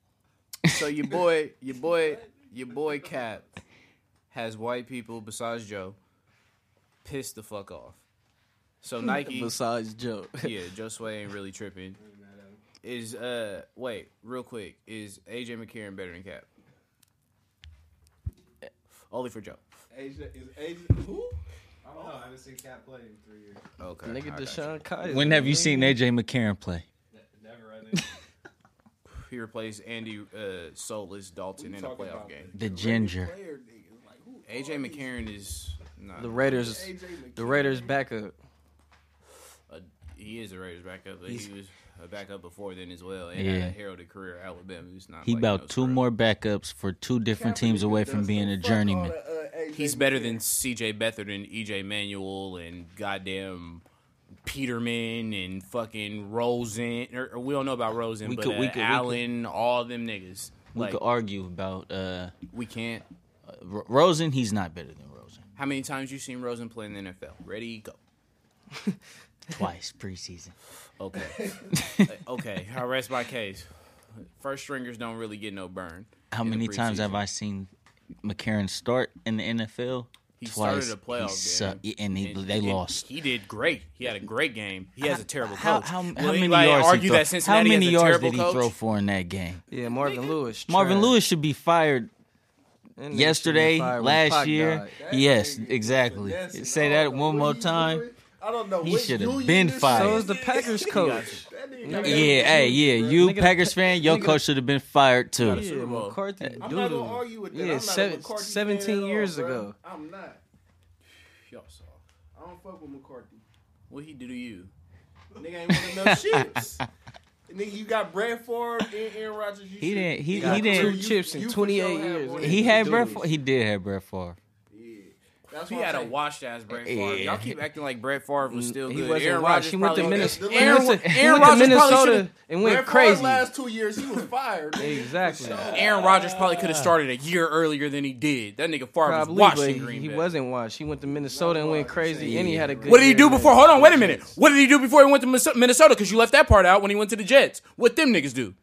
so your boy, your boy, your boy Cap has white people besides Joe pissed the fuck off.
[LAUGHS]
So Nike,
Besides Joe,
[LAUGHS] yeah, Joe Sway ain't really tripping. Is uh wait real quick is AJ McCarron better than Cap? Uh, Only for Joe.
Asia is Asia. Who?
I don't know. I haven't seen Cat play in three years.
Okay, I
[LAUGHS] nigga
got you.
Deshaun Kaiser.
When have you seen AJ McCarron play?
Ne- Never run into
He replaced Andy uh, Soulless Dalton in a
talking
playoff
about?
game.
The ginger.
Player niggas. Like, who?
AJ McCarron is not
the Raiders?
AJ McCarron.
The Raiders backup.
a, he is a Raiders backup, but
He's-
he was a backup before then as well, and
Yeah.
had a heralded career at Alabama. It's not
He
like
about
no
two
scrub.
more backups for two different teams away from being a
Fuck all
journeyman.
the, uh, AJ
He's better than
McCarron.
C.J. Beathard and E.J. Manuel and goddamn Peterman and fucking Rosen. Or, or we don't know about Rosen,
We
but
could-
uh,
we could- we
Allen, all them niggas.
We
like
could argue about uh,
we can't.
R- Rosen. He's not better than Rosen.
How many times you seen Rosen play in the NFL? Ready, go.
Twice preseason.
Okay, Uh, okay. I rest my case. First stringers don't really get no burn.
How
in the
many times have
preseason.
I seen McCarron start in the NFL?
He
Twice.
started a playoff game,
sucked, and, he,
And-
they
and
lost.
He did great. He had a great game. He has a terrible
How,
coach.
how,
Will
how many
anybody
yards?
argue
he
that
throw-
Cincinnati
how many
has a
yards
terrible
did he
coach?
throw for in that game?
Yeah, Marvin Lewis.
Marvin
trash.
Lewis should be fired
That nigga should be
yesterday,
fired when
last
Pac
year.
died.
That
Yes,
nigga is
exactly.
finessing.
Say
I
that
don't know
one
what
more
he
time.
doing. I don't know.
He
what
should have
union
been
this shit
fired.
So
is.
is the Packers coach.
That nigga
Yeah,
got
Yeah,
everything,
hey, yeah.
bruh.
You
Nigga-
Packers fan, your
nigga-
coach should have been fired too.
Yeah.
Yeah,
Super Bowl.
McCarthy.
I'm not
doo-doo.
gonna argue with that.
Yeah,
I'm not
seven-
a McCarthy
17
fan at all,
years
bruh.
ago.
I'm not.
Y'all saw.
I don't fuck with McCarthy.
What he do to you?
Nigga ain't
[LAUGHS]
want enough chips. Nigga, you got Brad Favre and Aaron Rodgers. You
He
should-
didn't. He,
Got
he
two
didn't.
you-
chips in
you for
28
sure had
years.
one.
He had
Dude.
Brett. Favre- He did have Brett Favre.
Yeah. That's
He
what I'm
had a
saying.
washed ass Brett Favre.
Yeah.
Y'all keep acting like Brett Favre was still
He
good.
wasn't
Aaron
washed.
Rodgers
He went to
probably-
Minnesota.
Aaron,
He went to- he
Aaron
went
Rodgers
to
probably
Minnesota
should've-
and went
Brett Favre
crazy.
last two years, he was fired.
[LAUGHS]
nigga.
[LAUGHS]
Exactly.
Aaron Rodgers probably could have started a year earlier than he did. That nigga Favre
Probably,
was washed
but
in
he,
Green
he
Bay.
wasn't washed. He went to Minnesota and went
washed.
crazy, and he had a good.
What did he
year
do
there.
before? Hold on, wait a minute. What did he do before he went to Minnes- Minnesota? Because you left that part out when he went to the Jets. What them niggas do?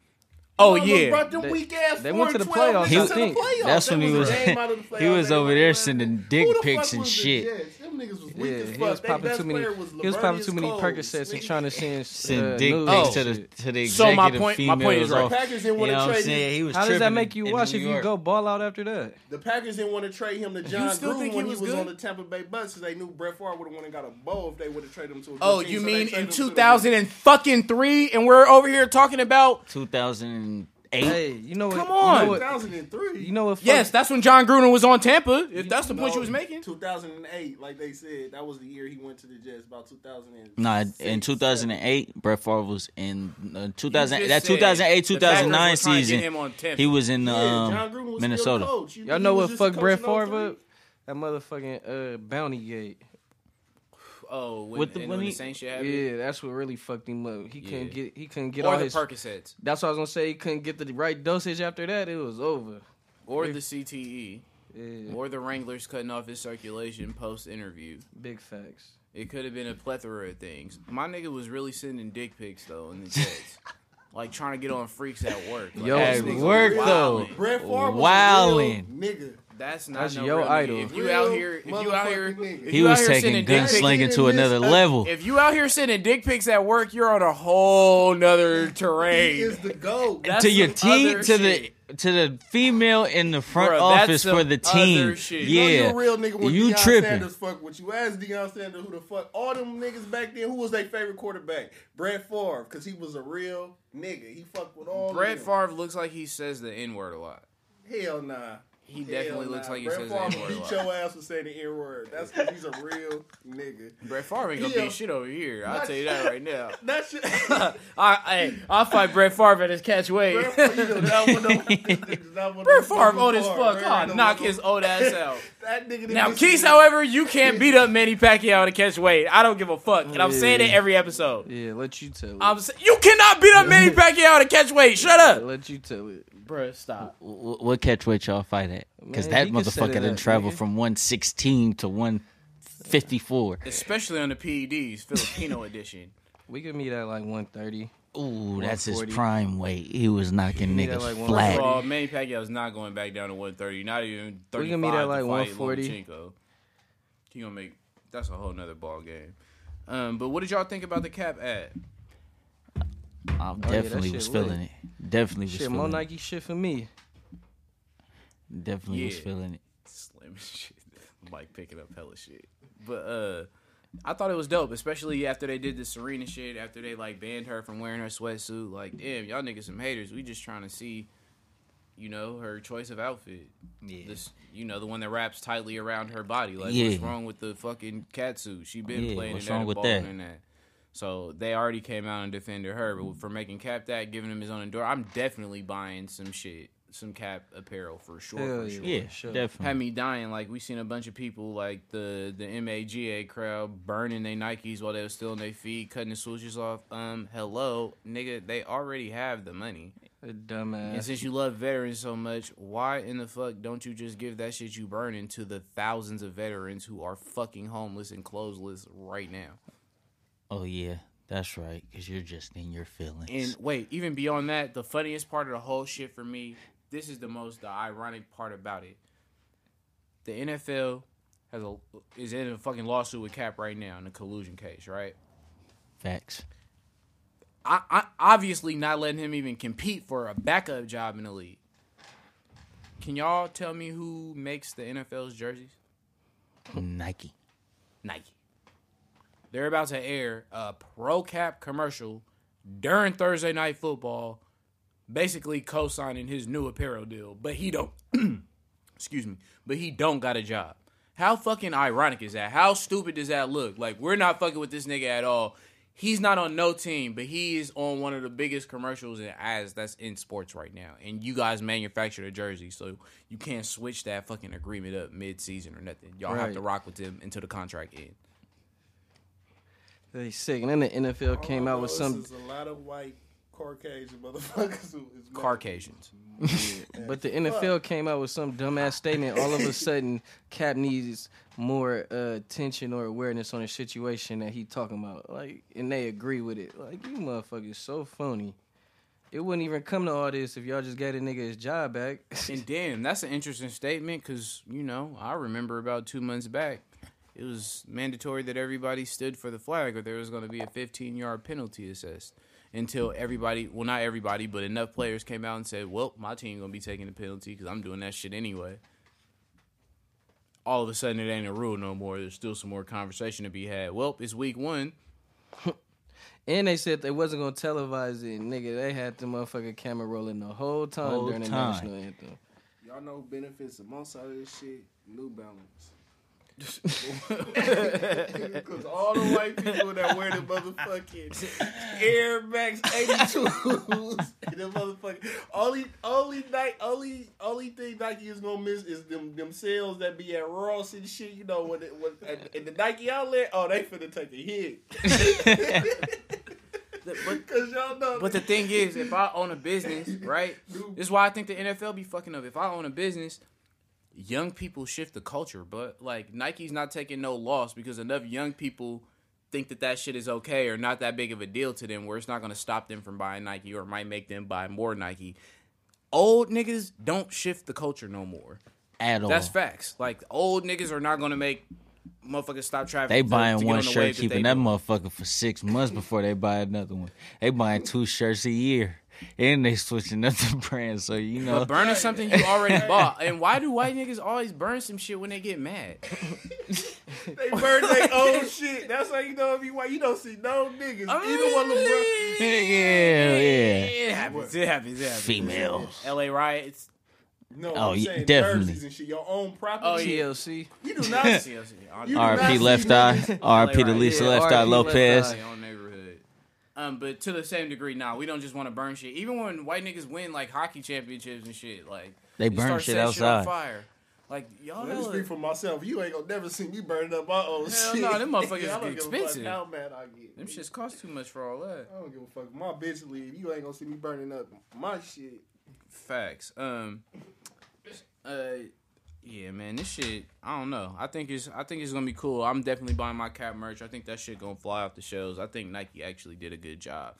Oh
Mama
yeah,
brought them
They-
weak-ass
they went to the
4-12
playoffs,
niggas
I
to the
think.
playoffs.
That's when
That
he was-
a game out of the
[LAUGHS] he was
playoffs.
over there sending dick
Who the
pics
fuck
and
was the
shit.
Jets? Them niggas was weak
Yeah,
as
he
fuck.
was
They
popping
best
too many.
player was
He was popping
Lavernius
too many
Coles,
Percocets and
nigga.
trying to
[LAUGHS]
send
Send
uh,
dick
nudes.
pics
oh.
to the to the executive
So my point- my
females.
point is right.
off-
Packers didn't
you know
wanna
what I'm
trade
saying? He was
How does that
tripping
make you
in
watch
New
if you
York.
go ball out after that?
The Packers didn't want to trade him to John
still
Gruden
think he
when he
was
was,
good?
on the Tampa Bay Bucks because they knew Brett Favre would have went and got a bowl if they would have traded him to a good
Oh,
team,
you
so they
mean
traded him
in
to the-
2000 and fucking three, and we're over here talking about
2008.
Hey, you know what?
Come
You
on.
know what,
2003?
you know what fuck-
yes, that's when John Gruden was on Tampa. If that's the
No,
point
Oh,
you was making,
2008, like they said, that was the year he went to the Jets. About 2000.
Nah, in 2008, Brett Favre was in uh, 2000
You
that
just said
2008
the Packers were
2009
trying to get
season.
him on Tampa.
He was in
Yeah, John Gruden
um,
was
Minnesota.
Still a coach. You-
Y'all
he
know
was
what
just a
fucked
coach
Brett
in 03.
Favre up? That motherfucking uh, bounty gate.
oh, when,
With the-
and
when
when
he-
the same shit happened,
Yeah, that's what really fucked him up. He couldn't
Yeah.
get he couldn't get all
or the
his.
Percocets,
that's what I was gonna say. He couldn't get the right dosage after that. It was over.
or the CTE,
Yeah,
or the Wranglers cutting off his circulation post interview.
big facts.
It could have been a plethora of things. My nigga was really sending dick pics though
[LAUGHS]
in the Jets, like trying to get on freaks at work. Like,
Yo,
that's
At
nigga
work
wildin'.
though.
Brett Favre was
Wildin'.
a real nigga.
That's not
That's
no
your
real nigga.
idol.
If you
Real
out here, if you out here,
motherfucking nigga.
if
He
you out
was
here
taking
sending dick pics-
gunslinging to
in this
another
up-
level.
If you out here sending dick pics at work, you're on a whole nother
He
terrain.
is the goat.
That's
to your
some
team
other
to
shit.
the to the female in the front
Bruh, that's
office for
some
the team.
other shit.
You know
Yeah,
you a real nigga when
You
Deion
tripping.
Sanders fuck with you. Ask Deion Sanders who the fuck all them niggas back then. Who was their favorite quarterback? Brett Favre, because he was a real nigga. He fucked with all.
Brett
of them.
Favre looks like he says the N word a lot.
Hell nah.
He definitely looks like he
Brett
says the
Favre
N word a
beat
lot.
your ass for saying the N word. That's because he's a real nigga.
Brett Favre ain't gonna
Yeah.
be shit over here. I'll tell you that right
[LAUGHS]
now.
That
[LAUGHS]
shit.
I, hey, I'll fight Brett Favre at his catch weight. [LAUGHS]
Brett Favre, you know, not one of them- [LAUGHS] not one of them
Brett Favre
fucking
old as fuck.
Favre.
I'll
Brett
knock
ain't no
his old ass out.
[LAUGHS] That nigga.
Now,
didn't
Keith,
listen-
however, you can't beat up Manny Pacquiao to catch weight. I don't give a fuck, and I'm saying it
Yeah.
every episode.
Yeah, let you tell it.
I'm sa- you cannot beat up Manny Pacquiao to catch weight. Shut up,
let you tell it.
Bruh, Stop.
W- what catch weight y'all fight at? Because
Man,
that
he can set
motherfucker
it
didn't
up,
travel
nigga.
from 116 to 154.
Especially on the PEDs Filipino edition.
We could meet at like 1.30.
Ooh, that's his
140.
prime weight. He was knocking
Yeah,
niggas
like one-
flat.
Well, Manny Pacquiao's not going back down to 130. Not even 35
We can meet at, like,
to fight
140.
Lomachenko. He gonna make that's a whole nother ball game. Um, but what did y'all think about the cap ad?
I
Oh,
that
definitely
shit
was feeling
lit.
it. Definitely was
Shit,
feeling
more
it.
Nike shit for me.
Definitely was
Yeah.
feeling it.
Slim as shit. [LAUGHS] Mike picking up hella shit. But uh, I thought it was dope, especially after they did the Serena shit. After they like banned her from wearing her sweatsuit. Like, damn, y'all niggas some haters. We just trying to see, you know, her choice of outfit.
Yeah.
this you know the one that wraps tightly around her body like
Yeah.
what's wrong with the fucking catsuit she been
Yeah,
playing
what's
in that
wrong
and
with
balling
that?
in that so they already came out and defended her but for making cap that giving him his own endorse i'm definitely buying some shit some cap apparel for sure
Hell
for
yeah.
sure
Yeah,
sure.
definitely.
had me dying like we seen a bunch of people like the the maga crowd burning their nikes while they were still on their feet cutting the switches off um hello nigga they already have the money
A dumbass.
and since you love veterans so much, why in the fuck don't you just give that shit you burning to the thousands of veterans who are fucking homeless and clothesless right now?
Oh yeah, that's right. Cause you're just in your feelings.
And wait, even beyond that, the funniest part of the whole shit for me, this is the most the ironic part about it. The NFL has a is in a fucking lawsuit with Cap right now in a collusion case, right?
Facts.
I, I obviously not letting him even compete for a backup job in the league. Can y'all tell me who makes the NFL's jerseys?
Nike.
Nike. They're about to air a pro cap commercial during Thursday night football, basically co-signing his new apparel deal, but he don't [CLEARS THROAT] excuse me, but he don't got a job. How fucking ironic is that? How stupid does that look? Like we're not fucking with this nigga at all. He's not on no team, but he is on one of the biggest commercials and ads that's in sports right now. And you guys manufacture a jersey, so you can't switch that fucking agreement up mid season or nothing. Y'all all have to
Right.
rock with him until the contract ends.
They sick. And then the NFL
All
came
I
out with
know Oh, is
some,
there's a lot of white Caucasian motherfuckers who is mad.
Caucasians.
but the NFL came out with some dumbass statement. All of a sudden, [LAUGHS] Cap needs more uh, attention or awareness on the situation that he talking about. Like, and they agree with it. Like, you motherfuckers so phony. It wouldn't even come to all this if y'all just gave a nigga his job back.
And damn, that's an interesting statement because, you know, I remember about two months back, it was mandatory that everybody stood for the flag, or there was going to be a 15 yard penalty assessed. Until everybody, well, not everybody, but enough players came out and said, "Well, my team gonna be taking the penalty because I'm doing that shit anyway." All of a sudden, it ain't a rule no more. There's still some more conversation to be had. Well, it's week one.
[LAUGHS] And they said they wasn't gonna televise it, nigga. They had the motherfucking camera rolling the whole time
Whole
during the
time.
national anthem.
Y'all know who benefits the most out of this shit? New
[LAUGHS]
Balance. Because all the white people that wear the motherfucking Air Max
[LAUGHS]
82s, the motherfucking
Only, only night, only, only thing Nike is gonna miss is them them sales that be at Ross and shit. You know when, it, when at, at the Nike outlet, oh they finna take a hit.
But
Cause y'all know.
But the thing is, if I own a business, right? This is why I think the NFL be fucking up. If I own a business, young people shift the culture. But like Nike's not taking no loss because enough young people think that that shit is okay or not that big of a deal to them, where it's not gonna stop them from buying Nike or might make them buy more Nike. Old niggas don't shift the culture no more.
At all.
That's facts. Like old niggas are not gonna make motherfuckers stop traffic.
They
to-
buying
to get
one
on the
shirt,
wave
keeping
they
that
doing.
motherfucker for six months before they buy another one. They buying two shirts a year, and they switching up the brand. So you know,
But burning something you already bought. And why do white niggas always burn some shit when they get mad?
They burn their own shit. That's how you know if you white. You don't see no niggas. Either one of them.
yeah, yeah,
It happens. It happens. It happens.
females.
LA
[LAUGHS]
riots.
No,
Oh,
I'm
yeah,
saying
definitely.
jerseys and shit. Your own property.
Oh,
TLC.
You
[LAUGHS]
do not see.
On
You
R.P.
do not see
Left Eye,
niggas-
R.P.
Yeah,
the Lisa
R.P.
Left Eye
Left
Lopez.
Eye.
neighborhood. Um, but to the same degree, nah, we don't just want to burn shit. Even when white niggas win like hockey championships and shit, like
They burn
start
shit
setting on
outside.
fire. Like y'all,
Let me
hella-
speak for myself. You ain't gonna never see me burning up my own
Hell
shit. [LAUGHS]
no, them motherfuckers
I don't
get
give a fuck
expensive.
How mad I get.
them
nigga.
shits cost too much for all that.
I don't give a fuck. My bitch leave. You ain't gonna see me burning up my shit.
Facts. Um. Uh. Yeah, man, this shit. I don't know. I think it's. I think it's gonna be cool. I'm definitely buying my cap merch. I think that shit gonna fly off the shelves. I think Nike actually did a good job.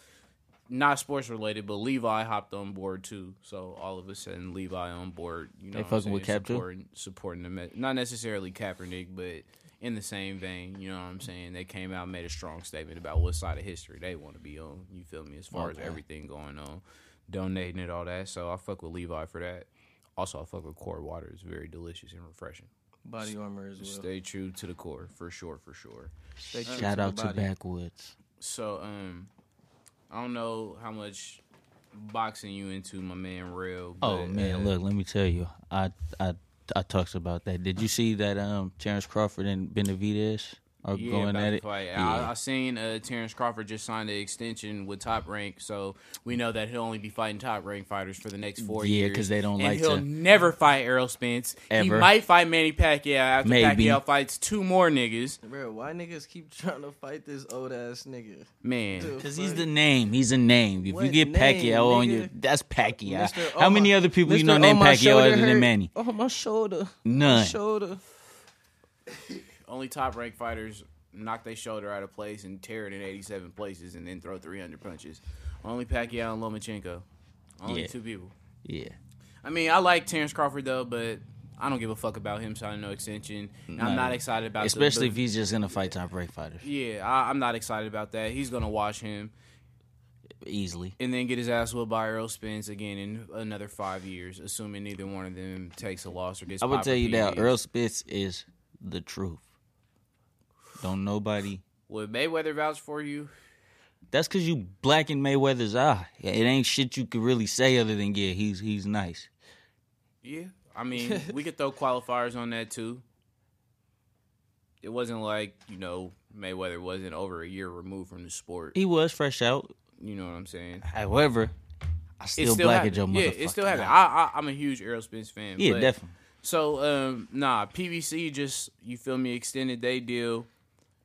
Not sports related, but Levi hopped on board too. So all of a sudden, Levi on board. You know,
They
what I'm
fucking with
saying?
Cap too?
supporting, supporting the me- not necessarily Kaepernick, but in the same vein. You know what I'm saying? They came out and made a strong statement about what side of history they want to be on. You feel me? As far as
Okay.
everything going on, donating it, all that. So I fuck with Levi for that. Also, I fuck with core water. It's very delicious and refreshing.
Body armor as well.
Stay true to the core, for sure, for sure.
Stay true
Shout
the
out to
body.
Backwoods.
So, um, I don't know how much boxing you into, my man Real.
Oh
but,
man,
uh,
look, let me tell you, I I I talked about that. Did you see that? Um, Terrence Crawford and Benavidez are
yeah,
going
about
at
the
it.
Fight. I,
Yeah.
I seen uh, Terrence Crawford just signed an extension with Top Rank, so we know that he'll only be fighting Top Rank fighters for the next four
Yeah,
years.
'cause they don't
and
like
He'll
to-
never fight Errol Spence. He
Ever.
might fight Manny Pacquiao after
Maybe.
Pacquiao fights two more niggas.
Bro, why niggas keep trying to fight this old ass nigga?
Man,
Cause he's the name. He's a name. If
What
you get
name,
Pacquiao on
nigga?
you, that's Pacquiao.
Mr.
How
Oh
many
my-
other people you
Mr.
know
Oh,
named
my
Pacquiao
shoulder
other
hurt.
than Manny?
Oh my shoulder. My
None.
shoulder.
only top ranked fighters knock their shoulder out of place and tear it in 87 places and then throw 300 punches. Only Pacquiao and Lomachenko. Only
Yeah.
two people.
Yeah.
I mean, I like Terrence Crawford though, but I don't give a fuck about him signing no extension. And I'm
No.
not excited about the-
Especially
the-
if he's just gonna fight top break fighters
yeah, I, I'm not excited about that. He's gonna watch him
easily.
and then get his ass whipped by Errol Spence again in another five years, assuming neither one of them takes a loss or gets.
I would
popped
tell
for
you that
PEDs.
Earl Spitz is the truth. Don't nobody.
Would Mayweather vouch for you?
That's because you blackened Mayweather's eye. It ain't shit you could really say other than yeah, he's he's nice.
Yeah, I mean, we could throw qualifiers on that too. It wasn't like you know Mayweather wasn't over a year removed from the sport.
He was fresh out.
You know what I'm saying?
However, I
It
still, blackened your
happened.
motherfucker.
Yeah, it still happened. I, I, I'm a huge Errol Spence fan.
yeah,
but-
definitely.
So, um, nah, PBC just you feel me extended they deal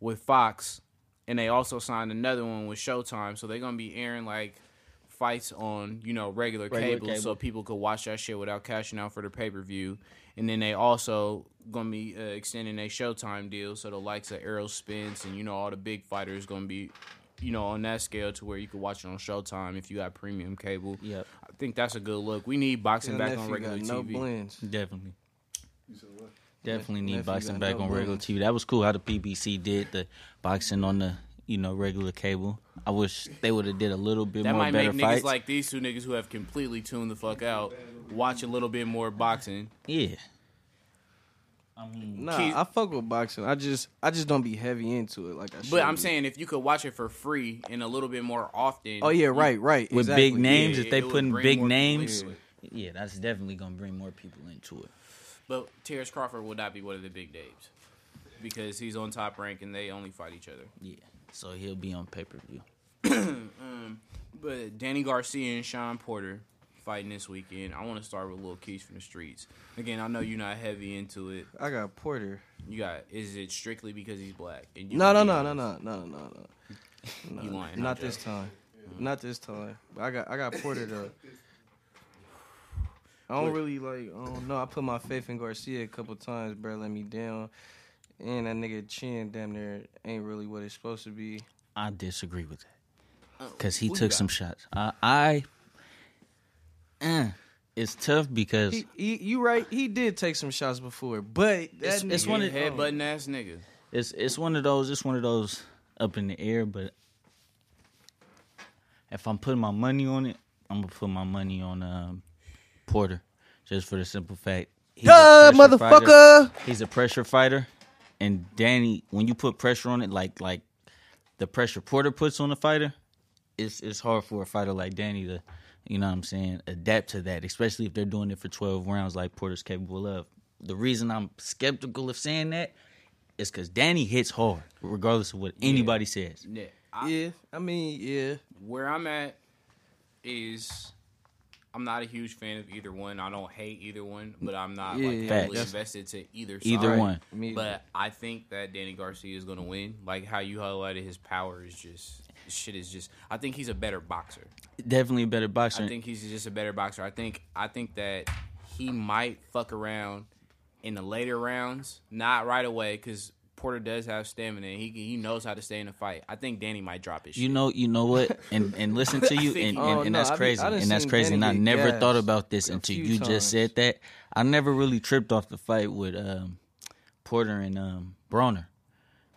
with Fox, and they also signed another one with Showtime. So they're gonna be airing like fights on you know regular,
Regular
cable,
cable.
so people could watch that shit without cashing out for the pay per view. And then they also gonna be uh, extending their Showtime deal, so the likes of Errol Spence and you know all the big fighters gonna be. You know, on that scale to where you could watch it on Showtime if you got premium cable.
Yep.
I think that's a good look. We need boxing
Your
back on
nephew
regular
got no
TV.
blends.
Definitely.
You said what?
Definitely need
Nephew
boxing
got
back
no
on regular
bones.
TV. That was cool how the PBC did the boxing on the you know regular cable. I wish they would have did a little bit
That
more
might
better
make
fights.
niggas like these two niggas who have completely tuned the fuck out watch a little bit more boxing.
yeah. I mean,
Nah,
Keith-
I fuck with boxing. I just I just don't be heavy into it like I should.
But I'm
be.
saying if you could watch it for free and a little bit more often.
Oh yeah, right, right.
with
exactly.
big names,
Yeah,
if they
it would
putting
bring
big
more people
names,
into it.
yeah, that's definitely gonna bring more people into it.
But Terrence Crawford would not be one of the big names because he's on top rank and they only fight each other.
Yeah, so he'll be on pay per view.
But Danny Garcia and Sean Porter fighting this weekend. I want to start with Lil Keys from the streets. Again, I know you're not heavy into it.
I got Porter.
You got is it strictly because he's black? And you
No, no,
can be
no, no,
honest.
no, no, no, no. no.
You lying,
Not
huh,
this
Jay?
time. Not this time. But I got I got Porter though. I don't really like. I don't know. I put my faith in Garcia a couple times, bro. Let me down, and that nigga chin damn near ain't really what it's supposed to be.
I disagree with that because he
who Oh, you
took
got?
some shots. I, I eh, it's tough because
He, he, you right. He did take some shots before, but
It's-
that nigga,
it's one of-
Head button ass nigga.
It's it's one of those. It's one of those up in the air. But if I'm putting my money on it, I'm gonna put my money on um, Porter, just for the simple fact. He's a
Duh,
pressure fighter.
motherfucker.
He's a pressure fighter, and Danny, when you put pressure on it, like like the pressure Porter puts on a fighter, it's it's hard for a fighter like Danny to, you know what I'm saying, adapt to that, especially if they're doing it for 12 rounds like Porter's capable of. The reason I'm skeptical of saying that is because Danny hits hard, regardless of what anybody says.
Yeah. I-
Yeah, I mean, yeah.
where I'm at is I'm not a huge fan of either one. I don't hate either one, but I'm not
Yeah,
like
yeah,
heavily
that's-
invested to either side.
Either one.
Me,
But I think that Danny Garcia is gonna win. Like how you highlighted his power is just shit is just I think he's a better boxer.
Definitely a better boxer.
I think he's just a better boxer. I think I think that he might fuck around in the later rounds, not right away, because Porter does have stamina. And he he knows how to stay in the fight. I think Danny might drop his shit.
you know, you know what, and and
[LAUGHS]
listen to you, and, and,
Oh,
and
no,
that's
I be-
crazy,
I done
and that's
seen
crazy, and I
Danny get
never thought
gassed
about this until
few
you
times.
just said that. I never really tripped off the fight with um, Porter and um, Broner.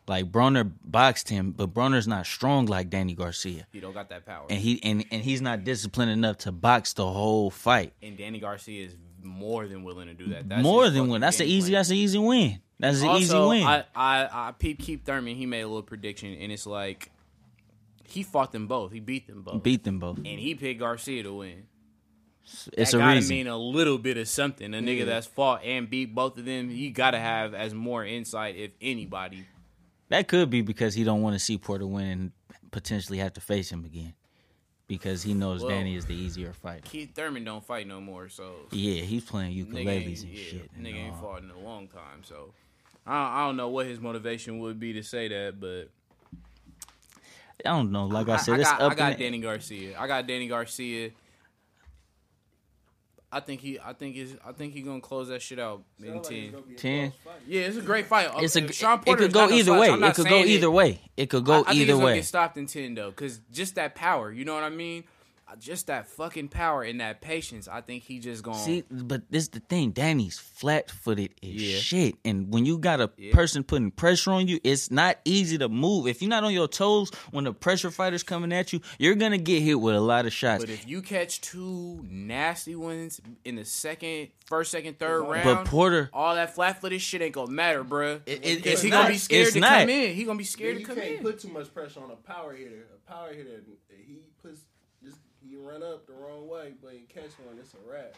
Like Broner boxed him, but Broner's not strong like Danny Garcia,
He don't got that power.
and he and and he's not disciplined enough to box the whole fight.
and Danny Garcia is more than willing to do that. That's
More
his
than
fucking
one. That's an
game
easy.
plan.
That's an easy win. That's an easy
also,
win.
I, I, I peep Keith Thurman. He made a little prediction, and it's like he fought them both. He beat them both.
Beat them both.
and he picked Garcia to win.
It's
that
a
gotta
reason.
mean a little bit of something. A nigga that's fought and beat both of them, you gotta have as more insight if anybody.
That could be because he don't want to see Porter win and potentially have to face him again, because he knows
Well-
Danny is the easier fighter.
Keith Thurman don't fight no more, so
Yeah, he's playing
nigga ain't,
ukuleles and
yeah,
shit. and
nigga ain't
all.
fought in a long time. So I don't, I don't know what his motivation would be to say that, but
I don't know. Like I,
I,
said,
I
it's
got,
up.
I got
in the-
Danny Garcia. I got Danny Garcia. I think he. I think is. I think he gonna close that shit out in ten.
Ten.
Yeah, it's a great fight.
It's a.
Uh, Sean
it
Porter
could
is
go
not gonna
either
slouch.
way.
I'm not
It could go
saying
either
it.
way. It could go
I, I think
either
he's gonna
way.
get stopped in ten though, because just that power. You know what I mean? Uh, Just that fucking power and that patience. I think he just gonna.
See, but this is the thing. Danny's flat footed as
Yeah.
shit, and when you got a person putting pressure on you, it's not easy to move. If you're not on your toes when the pressure fighter's coming at you, you're gonna get hit with a lot of shots.
but if you catch two nasty ones in the second, first, second, third round,
But Porter,
all that flat footed shit ain't gonna matter, bruh.
It- it-
Because
it's
he
not.
gonna be scared
It's
to
not.
come in. He gonna be scared to
you
come
can't
in.
put too much pressure on a power hitter. A power hitter, he puts just he run up the wrong way, but he catch one, it's a wrap.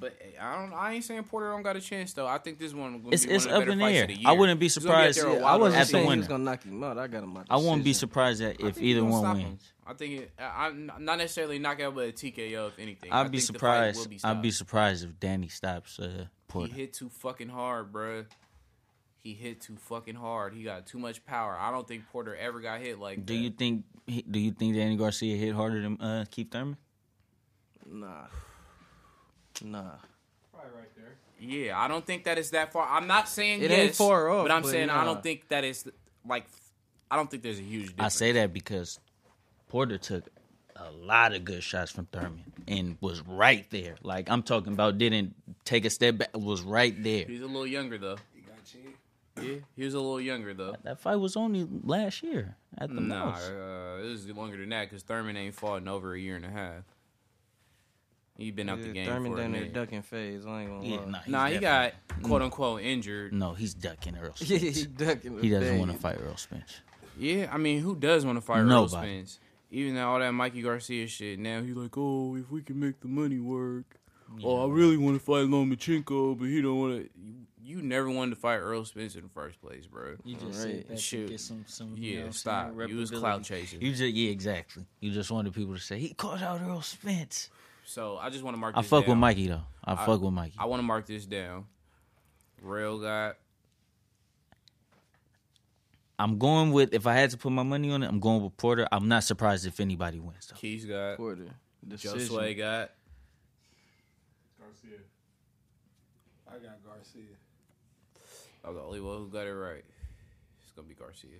But eh, I don't. I ain't saying Porter don't got a chance though. I think this one gonna
It's-
be
it's
one of
up
the
in
better
the
fights
air.
of the year.
I wouldn't be
It's gonna out
surprised.
there a
Yeah,
while
I wasn't
after
saying he
winning.
was gonna knock him out. I got him out.
I won't be
decision.
surprised that
I
if
think he
either
gonna
one
stop
wins.
him. I think it, I- I'm not necessarily knock out, but a TKO if anything. I
I'd be
think the fight will
surprised. I'd be
stopped.
surprised if Danny stops uh, Porter.
He hit too fucking hard, bruh. He hit too fucking hard. He got too much power. I don't think Porter ever got hit like
Do
that.
you think? he- Do you think Danny Garcia hit harder than uh, Keith Thurman?
Nah, nah.
Probably right there.
Yeah, I don't think that it's that far. I'm not saying
It
yes,
ain't far off,
but I'm
but
saying I
nah.
don't think that it's like I don't think there's a huge difference.
I say that because Porter took a lot of good shots from Thurman and was right there. Like I'm talking about, didn't take a step back. Was right there.
He's a little younger though. Yeah, he was a little younger though.
That fight was only last year at the
Nah,
most.
uh, it was longer than that because Thurman ain't fought in over a year and a half. He been out the
Yeah,
game
Thurman
for a
down there
minute.
ducking phase. I ain't gonna
Yeah,
lie.
nah, he's
nah, he
definitely-
got quote unquote
Mm.
injured.
No, he's ducking
[LAUGHS]
Earl
[LAUGHS] Yeah,
Spence.
he ducking.
he doesn't want to
phase.
fight Earl Spence.
Yeah, I mean, who does want to fight Earl
Nobody.
Spence? Even though all that Mikey Garcia shit, now he like, oh, if we can make the money work. Oh, I really want to fight Lomachenko, but he don't want to. You never wanted to fight Earl Spence in the first place, bro.
You just
Right.
said that
Shoot.
to get some, some you
Yeah,
know, some
stop. You was clout
reputability.
chasing.
You just yeah, exactly. You just wanted people to say he caught out Earl Spence.
So I just want to mark.
I
this
fuck
down.
with Mikey though. I, fuck with Mikey.
I want to mark this down. Rail got
I'm going with if I had to put my money on it, I'm going with Porter. I'm not surprised if anybody wins though.
Keys got
Porter.
Joe
Decision.
Sway got
Garcia.
I got Garcia.
I'm the only one who got it right. It's gonna be Garcia.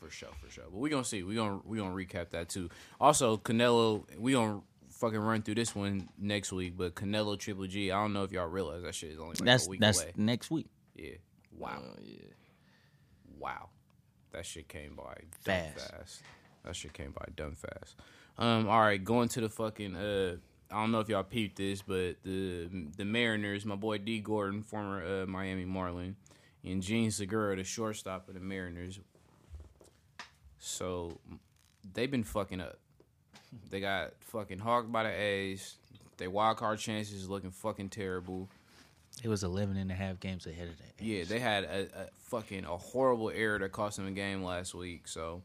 For sure, for sure. But we gonna see. We gonna we gonna recap that too. Also, Canelo, we gonna fucking run through this one next week. But Canelo Triple G, I don't know if y'all realize that shit is only like
that's
a week
that's
away.
next week.
Yeah. Wow.
Oh, yeah.
Wow. That shit came by dumb
Fast.
fast. That shit came by dumb fast. Um, all right, going to the fucking uh I don't know if y'all peeped this, but the the Mariners, my boy D Gordon, former uh, Miami Marlin, and Gene Segura, the shortstop of the Mariners. So they've been fucking up. They got fucking hogged by the A's. Their wild card chances looking fucking terrible.
It was 11 and a half games ahead of that.
Yeah, they had a, a fucking a horrible error that cost them a game last week. So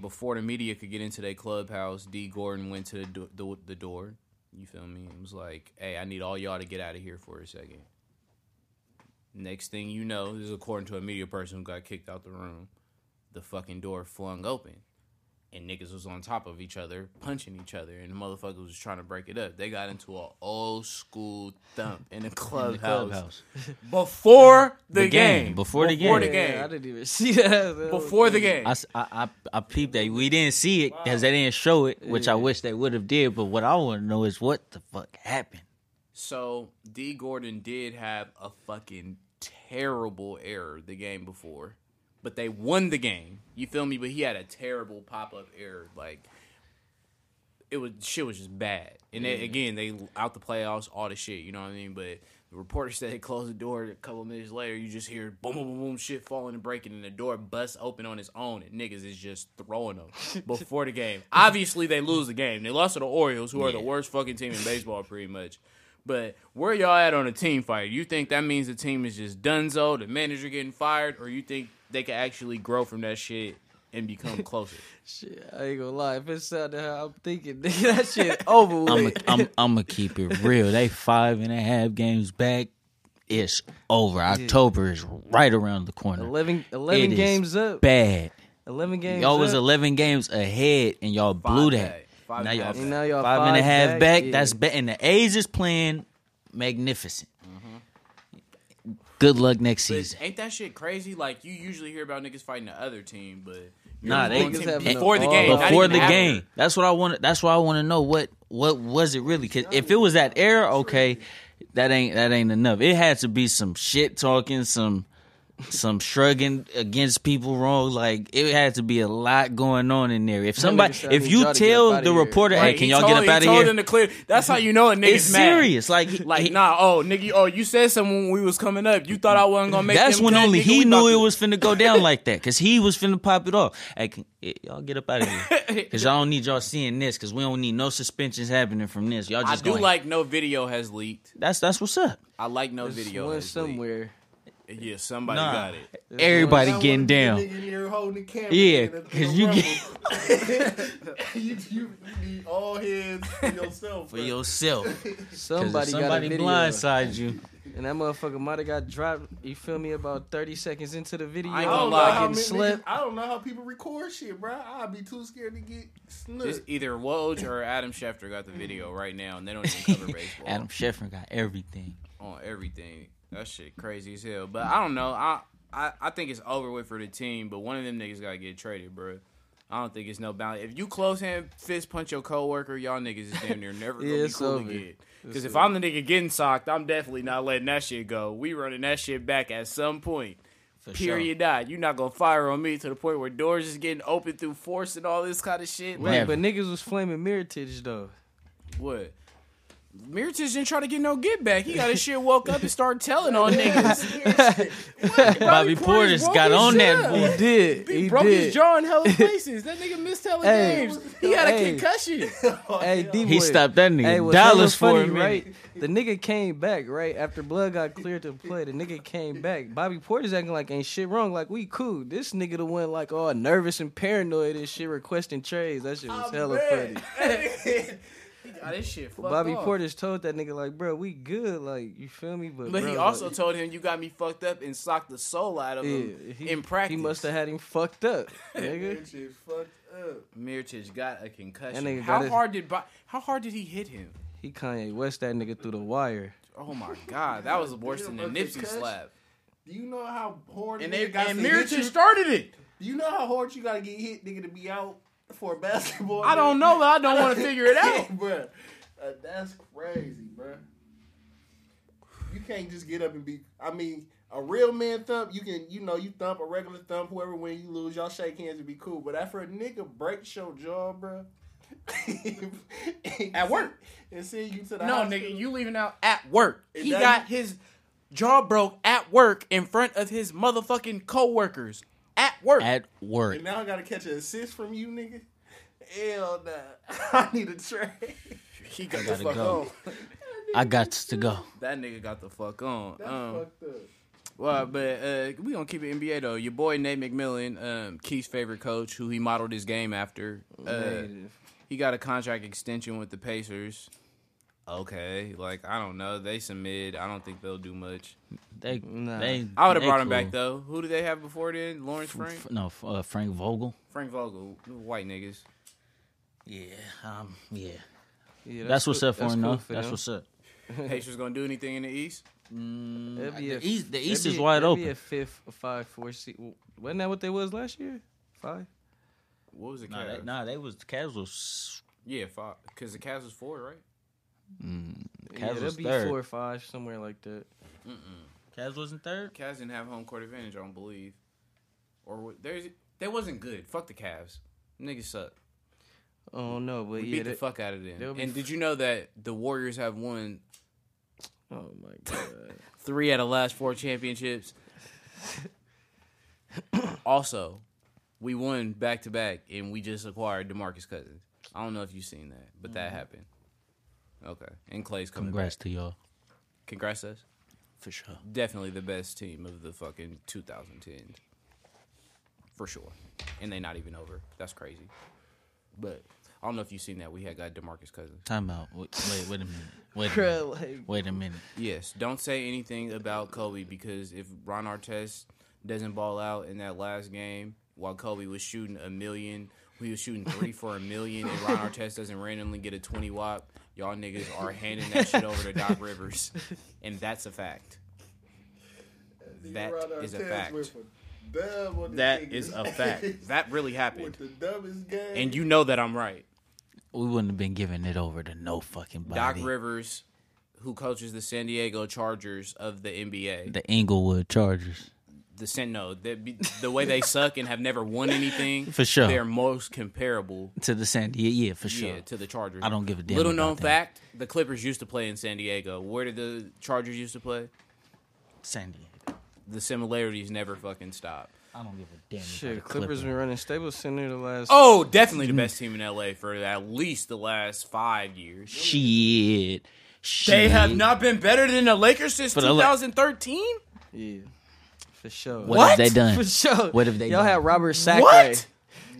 before the media could get into their clubhouse, D Gordon went to the, do- the the door. You feel me? It was like, "Hey, I need all y'all to get out of here for a second. Next thing you know, this is according to a media person who got kicked out the room. The fucking door flung open, and niggas was on top of each other, punching each other, and the motherfuckers was trying to break it up. They got into a old school thump [LAUGHS] in the
The
clubhouse
clubhouse.
before the,
The
game.
game. Before the game.
Yeah, I didn't even [LAUGHS] see that. That was-
Before the game.
I, s- I, I- I peeped that. We didn't see it because they didn't show it, which I wish they would have did. But what I want to know is what the fuck happened.
So D Gordon did have a fucking terrible error the game before, but they won the game. You feel me? But he had a terrible pop up error. Like it was shit was just bad. And then, again, they out the playoffs, all the shit. You know what I mean? But the reporter said they closed the door. A couple of minutes later, you just hear boom, boom, boom, boom, shit falling and breaking, and the door busts open on its own, and niggas is just throwing them before the game. Obviously, they lose the game. They lost to the Orioles, who are the worst fucking team in baseball, pretty much. But where y'all at on a team fight? You think that means the team is just donezo, the manager getting fired, or you think they can actually grow from that shit and become closer?
Shit, I ain't gonna lie. If it's out there, I'm thinking [LAUGHS] nigga, that shit over with. [LAUGHS]
I'm I'm I'm gonna keep it real. They five and a half games back. It's over. October is right around the corner.
11,
It
11
is
games up.
Bad.
11 games
Y'all was
up.
11 games ahead, and y'all blew
Five
that.
back. Five
now
and a
y'all
half
and now y'all
five and a half back.
yeah.
That's bet. And the A's is playing magnificent. Good luck next
But
season.
ain't that shit crazy? Like you usually hear about niggas fighting the other team, but
Nah, they-
Before
Niggas having a
before the game,
ball.
not
Before
even
the
after.
game, that's what I want. That's why I want to know what what was it really? Because if it was that error, okay, that ain't that ain't enough. It had to be some shit talking, some some shrugging against people wrong. Like it had to be a lot going on in there. If somebody,
nigga said, I
if
need
you
y'all to get up
tell
outta
the
here.
reporter,
Right,
hey,
he
can y'all
told,
get up
he
out of
told
here?
them to clear. That's how you know a nigga's
it's
mad.
serious. Like he-
Like
he-
nah, oh nigga, oh you said something when we was coming up. You thought I wasn't gonna make.
That's
them
when
cut,
only
nigga,
he
we
knew
about
it
to- [LAUGHS]
was finna go down like that, cause he was finna pop it off. Hey, can, y- y'all get up out of here, cause y'all don't need y'all seeing this, cause we don't need no suspensions happening from this. Y'all
I
just
do
gonna-
like no video has leaked.
that's that's what's up.
I like no
It's
video
one
has somewhere.
somewhere.
leaked. Yeah, somebody
Nah.
got it.
Everybody
I
getting
wanna be a
down.
nigga in there holding the camera
Yeah,
in a- in a
cause you
rumble. [LAUGHS]
get
you, you need all hands for yourself.
for
bro.
yourself. 'Cause if
Somebody,
somebody
got a video,
blindside
[LAUGHS]
you.
and that motherfucker might have got dropped. You feel me? About thirty seconds into the video,
I
I
ain't
don't
gonna
know
lie.
how
fucking
many
slept.
niggas- I don't know how people record shit, bro. I'd be too scared to get
It's [LAUGHS]
snooked.
either Woj or Adam Schefter got the video right now, and they don't even cover baseball.
[LAUGHS] Adam Schefter got everything.
on everything. That shit crazy as hell. But I don't know. I, I I think it's over with for the team. But one of them niggas gotta get traded, bro. I don't think it's no bound. If you close hand fist punch your coworker, y'all niggas is damn near never gonna
Yeah,
be
[LAUGHS] it's
cool
over.
again. Because
It's
if I'm the nigga getting socked, I'm definitely not letting that shit go. We running that shit back at some point.
For
Period. Not. You're not gonna fire on me to the point where doors is getting open through force and all this kind of shit. Like,
Right,
Never.
but niggas was flaming mirror
[LAUGHS]
titties though.
what? Miritich didn't try to get no get back. He got his shit woke up and started telling
[LAUGHS]
all niggas. [LAUGHS]
Sure. Bobby
Portis
Portis got
broke
on
his
that.
jaw.
boy.
He did.
He,
He
broke
did.
his jaw in
[LAUGHS]
hella places. That nigga missed hella
Hey.
games. He had a
Hey. [LAUGHS]
concussion.
Hey, D-boy.
He stopped that nigga.
Hey, what's
Dollars for
funny,
him,
right? The nigga came back right after Blood got cleared to play. The nigga came back. Bobby Porter's acting like ain't shit wrong. Like we cool. This nigga the one like all nervous and paranoid and shit requesting trades. That shit was hella funny.
Nah, this shit fucked
Bobby
off.
Porter's told that nigga like, bro, we good. Like you feel me? But,
But
bro,
he also
like,
told him, "You got me fucked up and socked the soul out of him
yeah, he,
in practice."
He must have had him
[LAUGHS]
fucked up, nigga.
That shit fucked up.
Miritich got a concussion.
That nigga
how
got his-
hard did Bo- how hard did he hit him?
he Kanye West that nigga through the wire.
Oh
[LAUGHS]
my god, that was worse than the
Damn, a
Nipsey
concussion?
slap.
Do you know how hard
And
nigga
they
got
and
to hit
Miritich
you?
started it.
Do you know how hard you gotta get hit, nigga, to be out for a basketball?
I don't know, but I don't
[LAUGHS]
want to figure it out.
bro. Uh, that's crazy, bro. You can't just get up and be. I mean, a real man thump, you can, you know, you thump a regular thump, whoever win, you lose, y'all shake hands and be cool. But after a nigga breaks your jaw, [LAUGHS] bro.
At work.
and send you to the
No,
hospital.
nigga, you leaving out at work.
It
He
doesn't-
got his jaw broke at work in front of his motherfucking coworkers at work.
At work.
And now I gotta catch an assist from you, nigga. Hell nah. [LAUGHS] I need a trade.
he got the
gotta
fuck
go.
on.
I got to go.
[LAUGHS] That nigga got the fuck on.
That's
Um,
fucked up.
Well, but uh, we gonna keep it NBA though. Your boy Nate McMillan, um, Keith's favorite coach, who he modeled his game after. Uh,
Negative.
he got a contract extension with the Pacers. Okay, like I don't know, they submit. I don't think they'll do much.
They,
Nah.
they,
I would have
they
brought him back
cool.
though. Who did they have before then? Lawrence Frank,
F- No, f- uh, Frank Vogel.
Frank Vogel, white [LAUGHS] niggas.
Yeah, um, yeah.
Yeah,
That's, what's
cool-
up for
cool
him, though.
for
that's
them.
what's up.
Pacers gonna do anything in the East? Mm,
That'd be a-
the East, the East
That'd be-
is wide
that'd
open.
Be a fifth, a five, four seed. Wasn't that what they was last year? Five.
What was the
nah,
Cavs?
they, nah, they was the Cavs was
Yeah, five. Because the Cavs was four, right?
mm, Cavs
yeah,
was
that'd be
third.
four or five somewhere like that.
Mm-mm.
Cavs wasn't third.
Cavs didn't have home court advantage, I don't believe. Or wa- there's they wasn't good. Fuck the Cavs. Niggas suck.
Oh no, but
We
yeah.
beat the
that-
fuck out of them.
they'll
And
be f-
did you know that the Warriors have won
oh
[LAUGHS]
my god.
three out of last four
[COUGHS]
championships? also, we won back to back, and we just acquired DeMarcus Cousins. I don't know if you've seen that, but
Mm-hmm.
that happened. Okay, and Clay's coming. back.
Congrats to y'all
Congrats to us.
for sure.
definitely the best team of the fucking 2010s. For sure. And they not even over. That's crazy. But I don't know if you've seen that. We had got Demarcus Cousins.
Time out. Wait, wait, wait a minute. Wait a minute.
Bro,
[LAUGHS]
like,
Wait a minute.
Yes. Don't say anything about Kobe because if Ron Artest doesn't ball out in that last game while Kobe was shooting a million, we was shooting three for a million, and Ron Artest doesn't randomly get a 20 wop, y'all niggas are handing that shit over to Doc Rivers. And that's a fact. That
Ron
is a
Artest
fact.
went for dumb on the
That
niggas.
is
[LAUGHS]
a fact. That really happened.
With the dumbest game.
And you know that I'm right.
We wouldn't have been giving it over to no fucking
Doc
body.
Rivers, who coaches the San Diego Chargers of the NBA,
the Inglewood Chargers.
the Sen no, the, the way they suck and have never won anything,
For sure.
they're most comparable
To the San Diego. Yeah, for sure.
yeah, to the Chargers.
I don't give a damn.
Little
about
known
that.
fact: the Clippers used to play in San Diego. Where did the Chargers used to play?
San Diego.
The similarities never fucking stop.
I don't give a damn.
shit,
about the
Clippers been
Clippers.
running Staples Center the last.
Oh, definitely the best team in LA for at least the last five years.
Shit. Shit.
They have not been better than the Lakers since
For the La-
2013.
yeah, for sure.
What,
What?
have they
[LAUGHS]
done?
For sure.
What have they
Y'all
done?
had Robert Sacre.
What?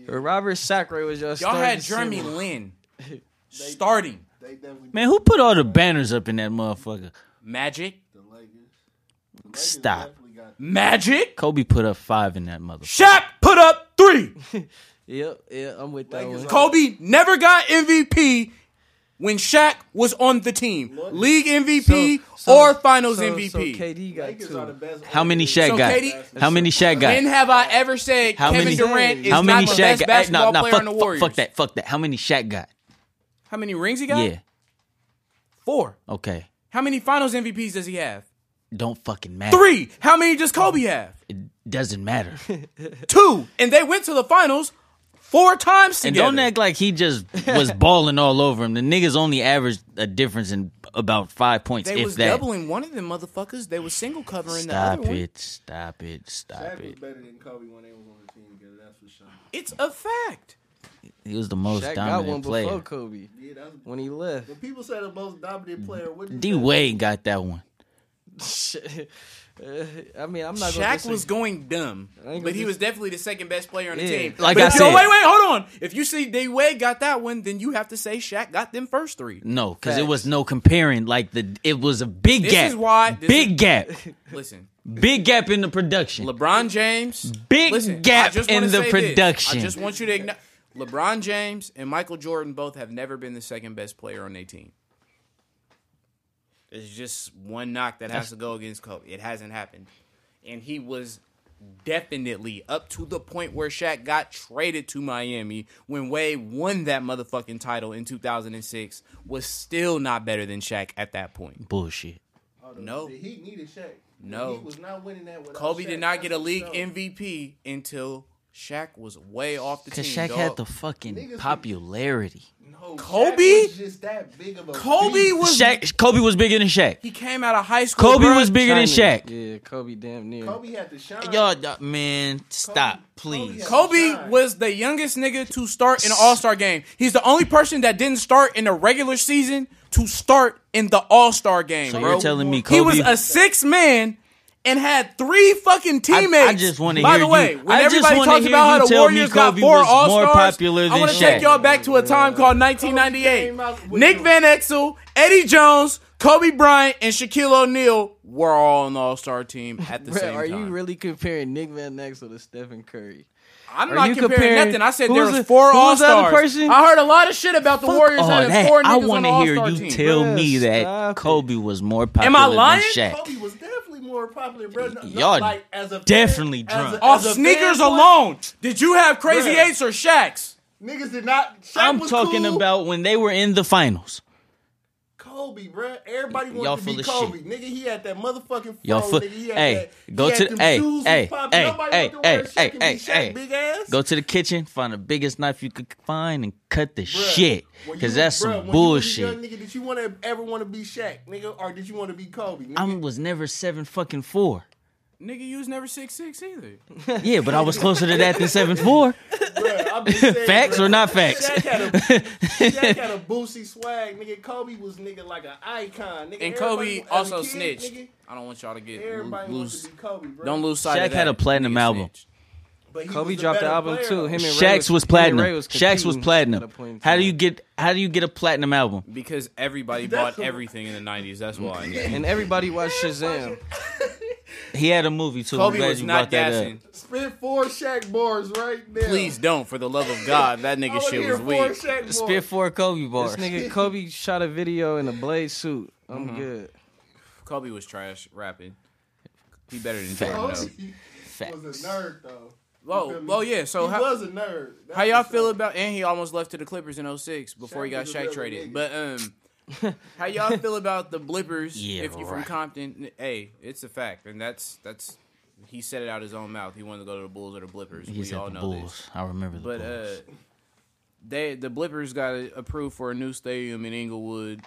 Robert Sacre was just.
Y'all had Jeremy Lin
[LAUGHS]
starting
they definitely
Man, who put all the banners up in that motherfucker?
Magic.
beat the Lakers. The Lakers
Stop.
definitely got-
Magic.
Kobe put up five in that motherfucker.
Shaq put up three.
Yep, yeah, I'm with that
Lakers
one.
are-
Kobe never got MVP when Shaq was on the team,
Look.
league MVP
So-
or Finals
so-
MVP.
So KD got
Lakers are the
two.
best.
How many Shaq
So
got?
Katie-
How many Shaq got?
When have I ever said
How
Kevin
many-
Durant is
How many
not the
Shaq
best
got? Hey,
basketball
nah, nah,
player
fuck,
in the
fuck-
Warriors?
fuck that. Fuck that. How many Shaq got?
How many rings he got?
Yeah.
Four.
Okay.
How many Finals MVPs does he have?
Don't fucking matter.
Three. How many does Kobe have?
It
[LAUGHS]
doesn't matter.
Two. And they went to the finals four times
and
together.
don't act like he just
[LAUGHS]
was balling all over him. The niggas only averaged a difference in about five points,
they
if
was
that.
doubling one of them motherfuckers. They was single covering the
Stop
other one.
it. Stop it. Stop
Shaq was
it.
better than Kobe when they was on the team together. That's for sure.
It's a fact.
He was the most
Shaq got one
dominant
before
player.
Kobe
Yeah, that's,
when he left.
when people say the most dominant player, wouldn't
D Wade got that one.
[LAUGHS] Uh, I mean, I'm not. gonna
Shaq
disagree.
was going dumb,
gonna
but he
dis-
was definitely the second best player on the
Yeah.
team.
Like
But
I
if you-
said-
wait, wait, hold on. If you see D Wade got that one, then you have to say Shaq got them first
[LAUGHS]
three.
No, because it
Facts.
was no comparing. Like the, it was a big
This
gap.
is why- this
big
is- [LAUGHS]
gap.
Listen,
Big gap in the production.
LeBron James,
Big
listen,
gap
I just
in
wanna
the
say this.
production.
I just want you to acknowledge LeBron James and Michael Jordan both have never been the second best player on their team. It's just one knock that has to go against Kobe. It hasn't happened, and he was definitely up to the point where Shaq got traded to Miami when Wade won that motherfucking title in 2006 was still not better than Shaq at that point.
Bullshit.
No.
He needed Shaq.
No.
He was not winning that without
Kobe
Shaq.
did not get a
That's for
league
sure.
MVP until Shaq was way off the team.
Because Shaq
dog.
had the fucking
Niggas-
popularity.
No, Shaq
Kobe?
was just that big of a
Kobe
beast.
was
Shaq, Kobe was bigger than Shaq.
he came out of high school.
Kobe
bruh.
was bigger than
China.
Shaq.
Yeah, Kobe damn near.
Kobe had to shine.
Y'all, y'all- man, stop,
Kobe
please.
had-
Kobe was the youngest nigga to start in an All Star game. He's the only person that didn't start in the regular season to start in the All Star game,
So
bro.
you're telling me
he
Kobe?
was a six man and had three fucking teammates.
I just wanna
By
hear
the
you-
way, when
I just
everybody
wanna
talks
hear
about
you
how the
tell me
Warriors got
Kobe
four
was more
All Stars,
popular than
I wanna
Shaq.
take y'all back to a time called
came out
1998.
with
Nick
the-
Van Exel, Eddie Jones, Kobe Bryant, and Shaquille O'Neal were all on the All Star team at the
Bruh,
same
are
time.
you really comparing Nick Van Exel to Stephen Curry?
I'm
Are
not
you
comparing,
comparing-
nothing. I said
who
there
was
was
the-
four
who
All
was the other
Stars.
person?
I heard a lot of shit about the Warriors
Oh,
having
that-
four
I
niggas on
want
the
to
All
hear
Star
you
team.
tell
Bruh,
me that
stop it.
Kobe was more popular
lying?
than Shaq.
Kobe was definitely more popular, bro. No,
Y'all
like, as a fan-
definitely
as a-
drunk.
Off
as a
sneakers
fanboy,
alone, did you have Crazy
Bruh.
Eights or Shaqs?
Niggas did not. Shaq
I'm
was
talking
cool.
about when they were in the finals.
Kobe, bro. Everybody wanted
Y'all
to
full
be
of
Kobe. Nigga, he had that motherfucking
Y'all
phone,
full-
nigga. He had
Hey,
that,
go
he
to
had
the-
them
hey,
shoes was
hey,
popping.
hey,
Nobody
hey,
wanted to wear
hey,
Shaq and
hey,
be Shaq,
hey.
big ass.
Go to the kitchen, find the biggest knife you could find, and cut the
Bruh,
shit.
when
Because
you-
that's
bruh,
some
when you was a
bullshit.
Young, nigga, did you want to ever want to be Shaq, nigga, or did you want to be Kobe? Nigga?
I was never seven fucking four.
Nigga, you was never six six either.
Yeah, but I was closer to that than seven four.
Bruh,
[LAUGHS]
I'm just saying,
Facts
bruh.
or not facts?
Shaq
[LAUGHS]
had, a, Shaq had a boosie swag, nigga. Kobe was nigga like an icon,
And
nigga. Everybody-
Kobe
as a
also
kid,
snitched.
nigga,
I don't want y'all to get
everybody wants
loose.
to be Kobe, bro.
Don't lose sight
Shaq
of that.
had a platinum
Nigga
album.
snitched.
But he
Kobe
was a
dropped the
better
album
player,
too.
though.
Him and Ray
Shaq's was platinum.
him and Ray
Shaq's
competing
was
at
platinum.
a point in
How do
time.
you get? How do you get a platinum album?
because everybody bought everything in the nineties. That's why.
And everybody
[LAUGHS]
watched Shazam.
He had a movie too. I'm
Kobe
glad
was
you
not
brought that
gassing.
up.
Spit four Shaq bars right now.
Please don't, for the love of God, that
I
nigga
wanna
shit
hear
was
four
weak.
Shaq bars.
Spit four Kobe
This
bars.
nigga Kobe shot a video in a blade suit. I'm
Mm-hmm.
good.
Kobe was trash rapping. He better than
Kobe
Jordan. though.
was
Facts.
a nerd though.
Oh, well, yeah. So
he
how,
was a nerd. That's
how y'all
for
feel
sure.
about? And he almost left to the Clippers in 06 before he
Shaq
got
was a real
Shaq traded.
nigga.
But um, how
[LAUGHS]
y'all feel about the Blippers?
Yeah,
if you're from
right.
Compton, hey, it's a fact, and that's that's he said it out his own mouth. He wanted to go to the Bulls or the Blippers.
He
we all
said
know
the Bulls.
this.
I remember the
But uh,
Bulls.
they the Blippers got approved for a new stadium in Inglewood.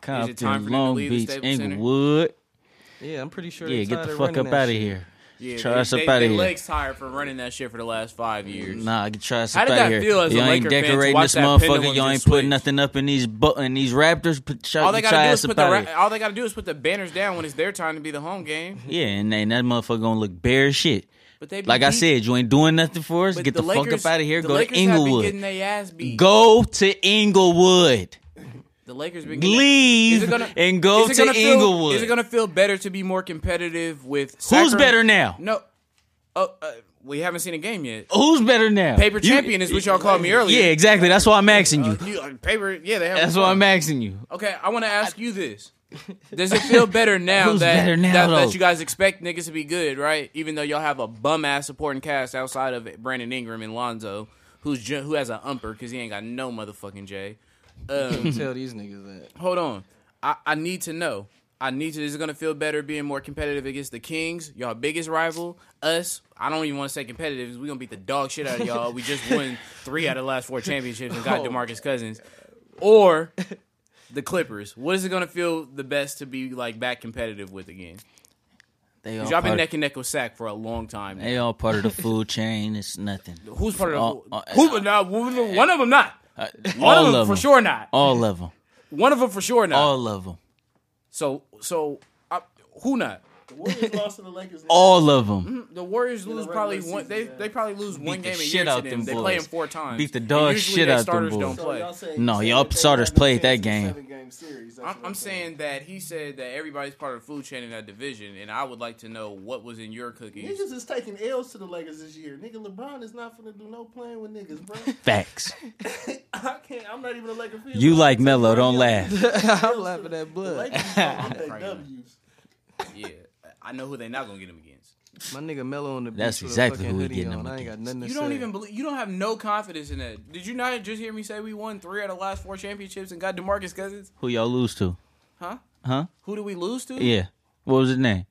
Compton,
time for them to
Long
leave the
Beach,
Staples Center?
Inglewood.
Yeah, I'm pretty sure.
Yeah,
they
get
tired
the fuck
running
up
that
out of
shit.
here.
Yeah,
Try
they-
us up
they-
outta
their
here.
Legs tired from running that shit for the last five years.
Nah, I can try us
How
up
did
outta
that
here.
feel as a
Y'all ain't
Laker fan to
decorating
watch
this
that
motherfucker.
pendulum
Y'all
just
ain't putting
swing?
nothing up in these bu- in these Raptors. Put, try,
All they
try
gotta do
us
is put
up
the
outta
ra-
here.
all they gotta do is put the banners down when it's their time to be the home game.
Yeah, and then that motherfucker gonna look bare as shit.
But they be
Like I
beat-
said, you ain't doing nothing for us.
but
Get the, fuck
Lakers-
up out of here.
the
Go
Lakers
to
have been Getting
Inglewood.
their ass beat.
Go to Inglewood.
The Lakers been getting- Is
Leave
it gonna-
and go
is it
to
gonna feel-
Inglewood.
Is it gonna feel better to be more competitive with?
Who's
Sacra-
better now?
No. Oh, uh, We haven't seen a game yet.
Who's better now?
Paper
Oh, You-
champion is what y'all called me
Yeah,
earlier.
exactly. That's why I'm asking you.
You- uh, paper. Yeah, they have.
That's why I'm asking you.
Okay, I want to ask you
[LAUGHS]
this. Does it feel better now,
Who's
that,
better now,
that, that
though?
you guys expect niggas to be good, right? Even though y'all have a bum ass supporting cast outside of Brandon Ingram and Lonzo, who's ju- who has an umper because he ain't got no motherfucking J. Um,
Tell these niggas that.
hold on, I, I need to know. I need to. Is it gonna feel better being more competitive against the Kings, y'all biggest rival? Us, I don't even want to say competitive. 'cause We gonna beat the dog shit out of y'all. we just won three out of the last four championships and got Demarcus Cousins, or the Clippers. What is it gonna feel the best to be like back competitive with again?
They all,
'Cause y'all
part,
been neck and neck with Sack for a long time. now.
they all part of the food chain. It's nothing.
[LAUGHS] Who's part of
All-
the,
all-
who? Not one of them. Not
Uh,
one
all
of them for sure. Not
All of them.
one of them for sure. Not
All of them.
so so. I, who not?
Warriors lost to the
[LAUGHS]
Lakers.
All of them.
The Warriors lose
regular
probably
season,
one. They
yeah.
they probably lose one
the
game a
shit
year.
out
to them.
them
They play them
boys.
four times.
Beat the
And
dog
usually
shit
their
out them
starters
boys.
don't
So
play.
y'all saying-
No,
saying
y'all
that they
starters
have no
played that
chance in a
game.
seven-game series. That's
I'm,
what
I'm saying that he said that everybody's part of the food chain in that division, and I would like to know what was in your cookies.
Niggas is taking L's to the Lakers this year. Nigga, LeBron is not finna do no playing with
[LAUGHS]
niggas, bro.
[LAUGHS]
Facts.
I can't. I'm not even a Laker fan.
You like Melo? Don't laugh.
[LAUGHS] I'm laughing at
The
blood.
[LAUGHS]
Lakers don't get their W's.
yeah, I know who they're not gonna get him against.
My nigga Mello on the beach
That's
with
exactly
a fucking
who he
hoodie
getting
on.
them
I ain't got nothing to
You
say.
don't even believe. You don't have no confidence in that. Did you not just hear me say we won three out of the last four championships and got Demarcus Cousins?
Who y'all lose to?
Huh?
Huh?
Who do we lose to?
Yeah. What was his name?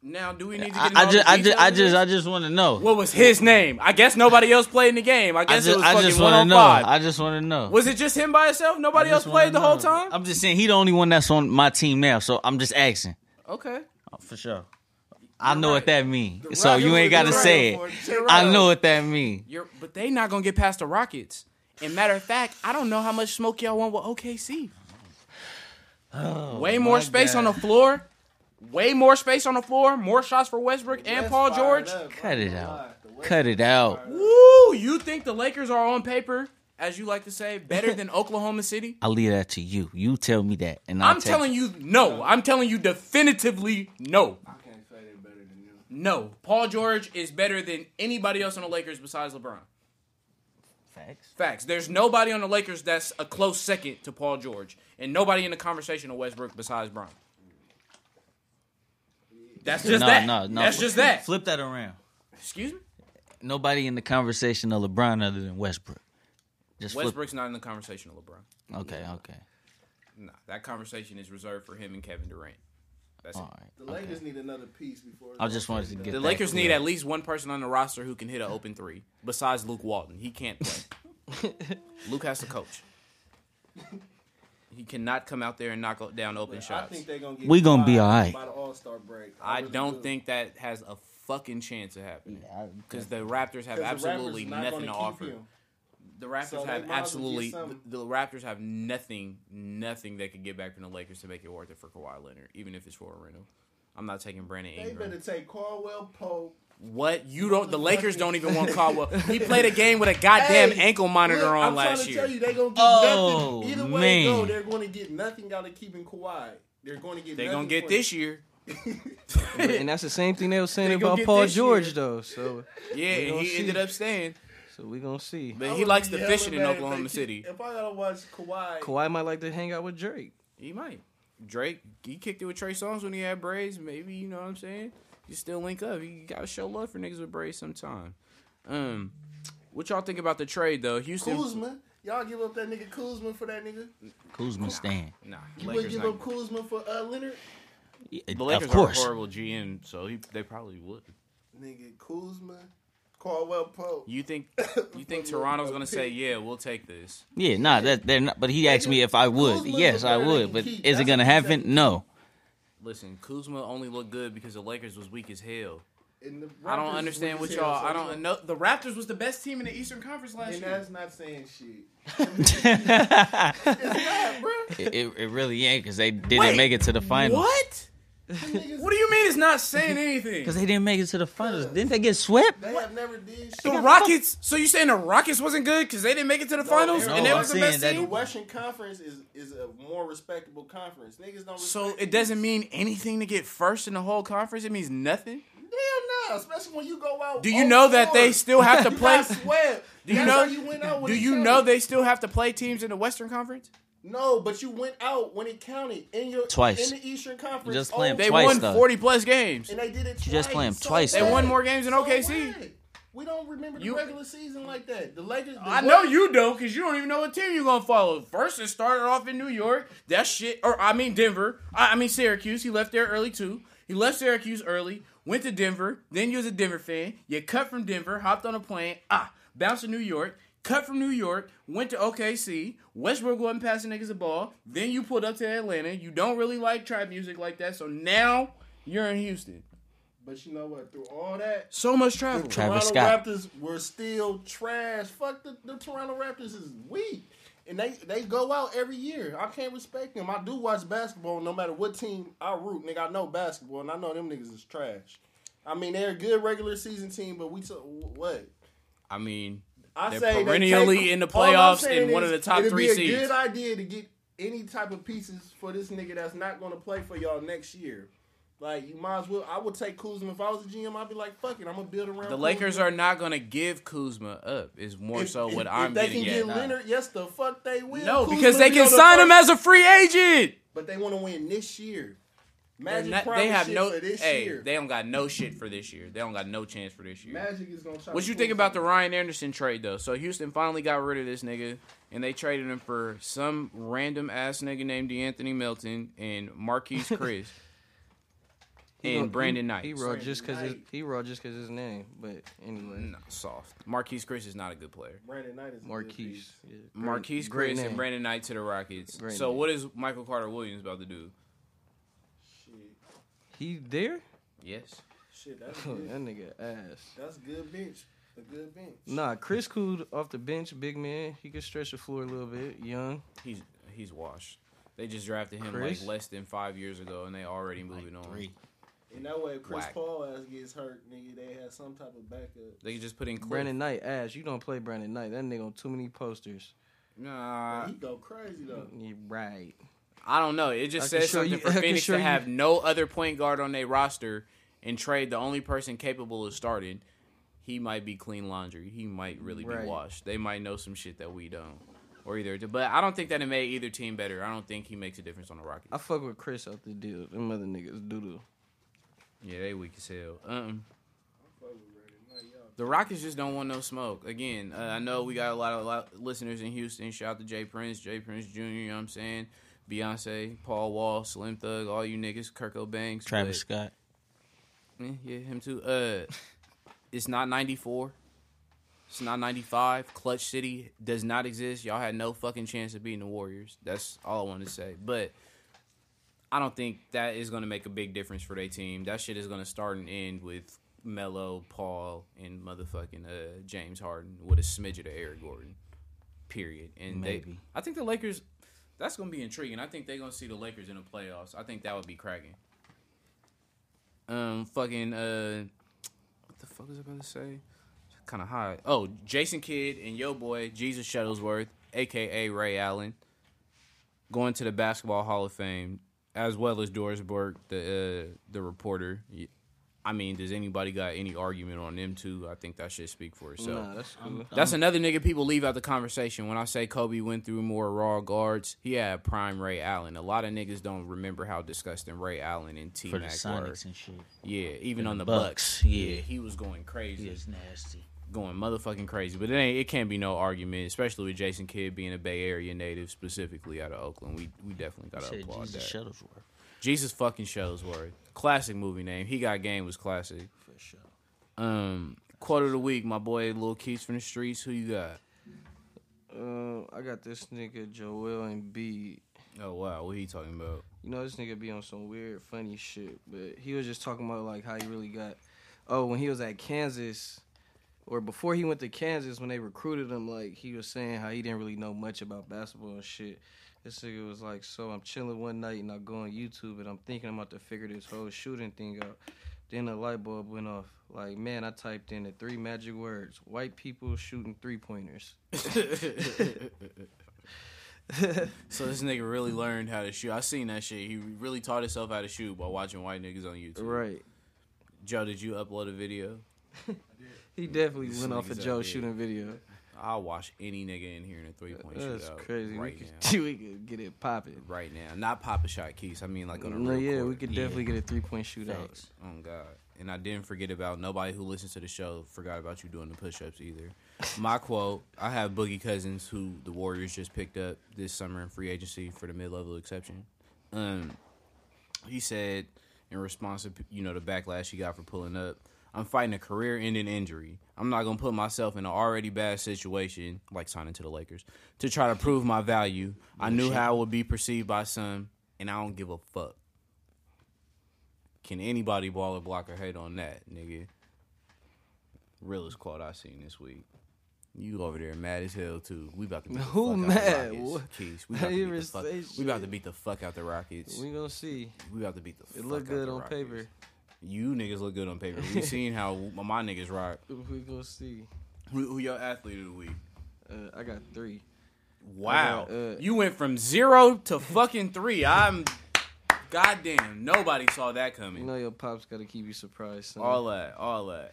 Now, do we need to get?
I,
into
I
all
just,
the
I just,
details
I
of
just, I
this?
just want to know.
What was his name? I guess nobody else played in the game. I
I
guess
just,
it was
I
fucking
just
one
want to
on
know.
five.
I just want to know.
Was it just him by himself? Nobody
I
else
just wanna
played the whole
know.
time?
I'm just saying he the only one that's on my team now, so I'm just asking.
Okay.
For sure. I know what that means. So
Rockets
you ain't
was
gotta
around
say
for
it.
it.
I know what that means.
You're, but they not gonna get past the Rockets. And matter of fact, I don't know how much smoke y'all want with OKC.
Oh
way more space on the floor. Way more space on the floor. More shots for Westbrook and
That's
Paul
fired
George.
up.
Cut it out. Cut it out.
Woo! You think the Lakers are on paper, as you like to say,
[LAUGHS]
better than Oklahoma City?
I'll leave that to you. You tell me that, and I'll
I'm telling you no. I'm telling you definitively no.
I can't say they're better than you.
No. Paul George is better than anybody else on the Lakers besides LeBron.
Facts.
Facts. There's nobody on the Lakers that's a close second to Paul George, and nobody in the conversation of Westbrook besides Brown. That's just
no,
that.
no, no.
That's just that.
Flip that around.
Excuse me.
Nobody in the conversation of LeBron other than Westbrook. Just flip.
Westbrook's not in the conversation of LeBron.
Okay, okay.
Nah, that conversation is reserved for him and Kevin Durant. That's
All
it.
The
right.
Lakers need another piece before.
I just wanted to get
The
that
Lakers
clear.
need at least one person on the roster who can hit an open three besides Luke Walton. He can't play.
[LAUGHS]
Luke has to coach. He cannot come out there and knock down open
I
shots.
think they're gonna get.
We gonna be
five
all right.
By the All Star break.
I
really
don't
do.
think that has a fucking chance of happening because the Raptors have
'Cause the
absolutely
Raptors not
nothing
gonna
to
keep
offer.
him.
The Raptors
So they might as
have
well get
absolutely the,
something.
the Raptors have nothing, nothing they could get back from the Lakers to make it worth it for Kawhi Leonard, even if it's for a rental. I'm not taking Brandon
They
Ingram.
better take Caldwell Pope.
What you don't? The Lakers don't even want Caldwell. He played a game with a goddamn
Hey,
ankle monitor
Look,
on
I'm trying
last
to
year.
Tell you, they gonna get
Oh,
nothing. Either way you go,
man.
they're going to get nothing out of keeping Kawhi. They're going to get.
They're
nothing
gonna get
for
this year.
And that's the same thing they was saying
They gonna
about
get
Paul
this
George
year.
though. So,
Yeah,
We
and
gonna
he
see.
ended up staying,
so we gonna see.
but
I
he
would
likes
be
the fishing in
elevated if they
Oklahoma
keep-
City.
If I gotta watch Kawhi,
Kawhi might like to hang out with Drake.
He might. Drake, he kicked it with Trey Songz when he had braids. Maybe you know what I'm saying. You still link up. You gotta show love for niggas with braids sometime. Um, what y'all think about the trade though? Houston,
Kuzma, y'all give up that nigga Kuzma for that nigga.
Kuzma stand.
nah,
You would
Lakers
give
not,
up Kuzma for uh, Leonard,
the
Of
Lakers are a
course.
horrible GM, so he, they probably would.
nigga Kuzma, Caldwell Pope.
You
[COUGHS]
think you think Toronto's gonna say, yeah, we'll take this?
Yeah, nah, that they're not. But he asked me if I would.
Kuzma's
Yes,
the
I
better
would.
than
But
Keith.
is it
That's
gonna
what he
happen?
said.
No.
Listen, Kuzma only looked good because the Lakers was weak as hell.
And the
I don't
Raptors
understand what
weak as hell,
y'all.
so
I
it's-
don't know. The Raptors was the best team in the Eastern Conference last
And
year.
that's not saying
[LAUGHS]
shit.
it,
It's not, bro.
it, it really ain't because they didn't
Wait,
make it to the finals.
What? What do you mean it's not
[LAUGHS]
saying anything?
Because they didn't make it to the finals. Didn't they get swept?
They have never did shit.
The Rockets. So you saying the Rockets wasn't good because they didn't make it to the finals
no,
and they
I'm
was the
saying
best
that-
The
team?
Western Conference is is a more respectable conference. Niggas don't.
So
respect
it doesn't mean anything to get first in the whole conference. It means nothing.
Hell no, Yeah, especially when you go out.
Do you
on
know that
tour.
they still have to
[LAUGHS] You
play?
got swept.
Do you
That's
know-
how you went out when
Do
it
you
counted.
know they still have to play teams in the Western Conference?
No, but you went out when it counted in your
Twice.
in the Eastern Conference.
just play 'em
Oh,
They
Twice,
won
though.
forty plus games.
and they did it.
You
twice.
just play 'em
So
twice,
They
what?
won more games than
So
OKC.
what? We don't remember the
You-
regular season like that. The Lakers. the
I know
Warriors-
you don't, cause you don't even know what team you're gonna follow. First, it started off in New York. That shit, or I mean Denver. I, I mean Syracuse. He left there early too. He left Syracuse early. Went to Denver. Then you was a Denver fan. You cut from Denver. Hopped on a plane. Ah, bounced to New York. Cut from New York. Went to OKC. Westbrook wasn't passing niggas the ball. Then you pulled up to Atlanta. You don't really like trap music like that, so now you're in Houston.
But you know what? Through all that,
So much travel.
Travis
Toronto
Scott.
Raptors were still trash. Fuck the, the Toronto Raptors is weak. And they, they go out every year. I can't respect them. I do watch basketball no matter what team I root. Nigga, I know basketball and I know them niggas is trash. I mean, they're a good regular season team, but we took what?
I mean,
I
They're
they
perennially
take-
in the
all I'm
playoffs
saying
and one of
is
the top
it'd
three
be a
seeds.
good idea to get any type of pieces for this nigga that's not going to play for y'all next year. Like you might as well. I would take Kuzma if I was a GM. I'd be like, fuck it, I'm gonna build around.
The Lakers
Kuzma.
are not gonna give Kuzma up. Is more
If-
so
if-
what
if
I'm
they
getting
can
at.
get Leonard, yes, the fuck they will.
no,
Kuzma
because they
be
can
on the
sign him as
first-
a free agent.
But they want to win this year.
They're
Magic
not-
probably
they have
shit
no.
for this
Hey,
year.
they don't got no shit for this year. They don't got no chance for this year.
Magic is gonna. Try
what
to
you
pull
think about the
something.
Ryan Anderson trade though? So Houston finally got rid of this nigga, and they traded him for some random ass nigga named DeAnthony Melton and
[LAUGHS]
Marquise Chris
He
and
wrote-
Brandon
he-
Knight.
He wrote just because
Knight.
he wrote just 'cause his name, but anyway,
Nah, soft. Marquise Chris is not a good player.
Brandon Knight is a good
Marquise,
piece.
yeah, great-
Marquise
great
Chris and
name.
Brandon Knight to the Rockets.
Great
so
name.
what is Michael Carter Williams about to do?
Shit,
He there? [LAUGHS]
Yes.
shit, that's
Oh,
good.
that nigga ass.
That's good bench. A good bench.
Nah, Chris cooled off the bench, big man. He could stretch the floor a little bit. Young.
He's he's washed. They just drafted him
Chris?
like less than five years ago, and they already moving on.
And that way, if Chris
Whack.
Paul ass gets hurt, nigga, they have some type of backup.
They could just put in Cliff.
Brandon Knight ass. You don't play Brandon Knight. That nigga on too many posters.
Nah,
he go crazy
[LAUGHS]
though.
You right.
I don't know. It just
I can
says
show
something
you-
for
[LAUGHS] I can
Phoenix
show
to
you-
have no other point guard on their roster and trade the only person capable of starting. He might be clean laundry. He might really
Right.
be washed. They might know some shit that we don't, or either. But I don't think that it made either team better. I don't think he makes a difference on the Rockets.
I fuck with Chris out the deal. Them other niggas doodle.
Yeah, they weak as hell. Um,
Fuck with Brandon Knight, y'all.
the Rockets just don't want no smoke. Again, uh, I know we got a lot of lot, listeners in Houston. Shout out to Jay Prince, Jay Prince Jr. You know what I'm saying? Beyonce, Paul Wall, Slim Thug, all you niggas, Kirko Banks,
Travis
but-
Scott.
Eh, yeah, him too. Uh, it's not '94. It's not '95. Clutch City does not exist. Y'all had no fucking chance of beating the Warriors. That's all I want to say. But I don't think that is going to make a big difference for their team. That shit is going to start and end with Melo, Paul, and motherfucking uh, James Harden with a smidge of Eric Gordon. Period. And they,
Maybe.
I think the Lakers. That's going to be intriguing. I think they're going to see the Lakers in the playoffs. I think that would be cracking um fucking uh what the fuck was I about to say? Kind of high. Oh, Jason Kidd and yo boy Jesus Shuttlesworth, aka Ray Allen, going to the Basketball Hall of Fame, as well as Doris Burke, the uh, the reporter. Y- I mean, does anybody got any argument on them two? I think that should speak for itself.
nah, that's cool.
That's
Um,
another nigga people leave out the conversation. When I say Kobe went through more raw guards, he had prime Ray Allen. A lot of niggas don't remember how disgusting Ray Allen and T
For the
Mac were.
Sonics and shit.
Yeah, even on the
the
Bucks.
Bucks,
Yeah.
yeah.
he was going crazy,
He is nasty.
going motherfucking crazy. But it ain't, it can't be no argument, especially with Jason Kidd being a Bay Area native, specifically out of Oakland. We we definitely gotta
Shit,
applaud
Jesus
that.
Shuttlesworth.
Jesus fucking Shuttlesworth, classic movie name. He got game was classic.
For sure.
Um, quote of the week, my boy, Lil Keys from the streets. Who you got?
Um, I got this nigga Joel and B.
Oh wow, what he talking about?
You know this nigga be on some weird, funny shit, but he was just talking about like how he really got. Oh, when he was at Kansas, or before he went to Kansas, when they recruited him, like he was saying how he didn't really know much about basketball and shit. This nigga was like, "So I'm chilling one night and I go on YouTube and I'm thinking I'm about to figure this whole shooting thing out." Then a light bulb went off. Like, man, I typed in the three magic words: white people shooting three pointers.
[LAUGHS] So this nigga really learned how to shoot. I seen that shit. He really taught himself how to shoot by watching white niggas on YouTube.
Right.
Joe, did you upload a video?
He definitely
This
went off
nigga's
of
out
Joe
here.
shooting video.
I'll watch any nigga in here in a three point
That's
shootout.
crazy.
uh, Right
we,
now.
could, [LAUGHS] we could get it popping.
Right now. Not pop a shot keys. I mean like on a
No,
real
yeah,
court.
we could definitely get a three point shootout.
Facts.
Oh God! And I didn't forget about nobody who listens to the show. Forgot about you doing the push-ups either. My quote: I have Boogie Cousins, who the Warriors just picked up this summer in free agency for the mid-level exception. Um, he said in response to you know the backlash he got for pulling up, I'm fighting a career-ending injury. I'm not gonna put myself in an already bad situation, like signing to the Lakers, to try to prove my value. I knew how I would be perceived by some, and I don't give a fuck. Can anybody ball or block or hate on that, nigga? Realest quote I seen this week. You over there mad as hell too. We about to beat the
Who
fuck
mad?
out the Rockets.
What?
Keys. We
I
about, to
didn't
beat the
even
fuck.
say
we about
shit.
to beat the fuck out the Rockets.
We gonna see.
We about to beat the fuck
It looked
out
good
the
on
Rockets.
paper.
You niggas look good on paper.
[LAUGHS]
We seen how my niggas rock.
We gonna see.
Who, who your athlete of the week?
Uh, I got three.
Wow.
I got, uh,
you went from zero to fucking three. I'm goddamn nobody saw that
You
coming.
know your pops gotta keep you surprised. Son.
All that, all that.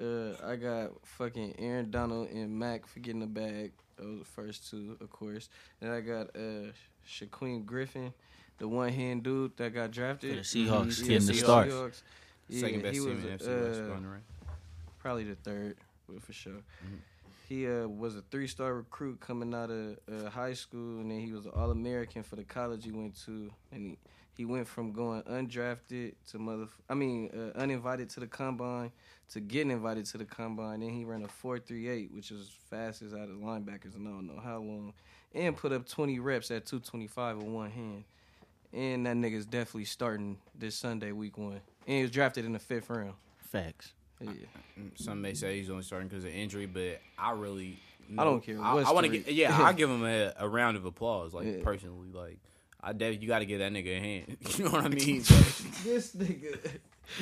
Uh, I got fucking Aaron Donald and Mac for getting the bag. Those first two, of course. And I got uh Shaquem Griffin, the one hand dude that got drafted.
For the Seahawks,
Mhm.
getting
the
Seahawks.
start.
Seahawks. Yeah,
Second best
he
team
was,
in
uh,
FC West, going around.
probably the third well, for sure. He uh, was a three star recruit coming out of uh, high school, and then he was an All American for the college he went to, and he. He went from going undrafted to mother, I mean, uh, uninvited to the combine to getting invited to the combine. Then he ran a four three eight, which is fastest out of linebackers, and I don't know how long, and put up twenty reps at two twenty five with one hand. And that nigga's definitely starting this Sunday, week one. And he was drafted in the fifth round.
Facts.
Yeah.
Some may say he's only starting because of injury, but I really,
I don't care
I,
what
want to
street.
get, yeah,
[LAUGHS]
I give him a, a round of applause, like
Yeah.
personally, like I, def- you got to give that nigga a hand. [LAUGHS] You know what
[LAUGHS]
I mean? Like,
This nigga.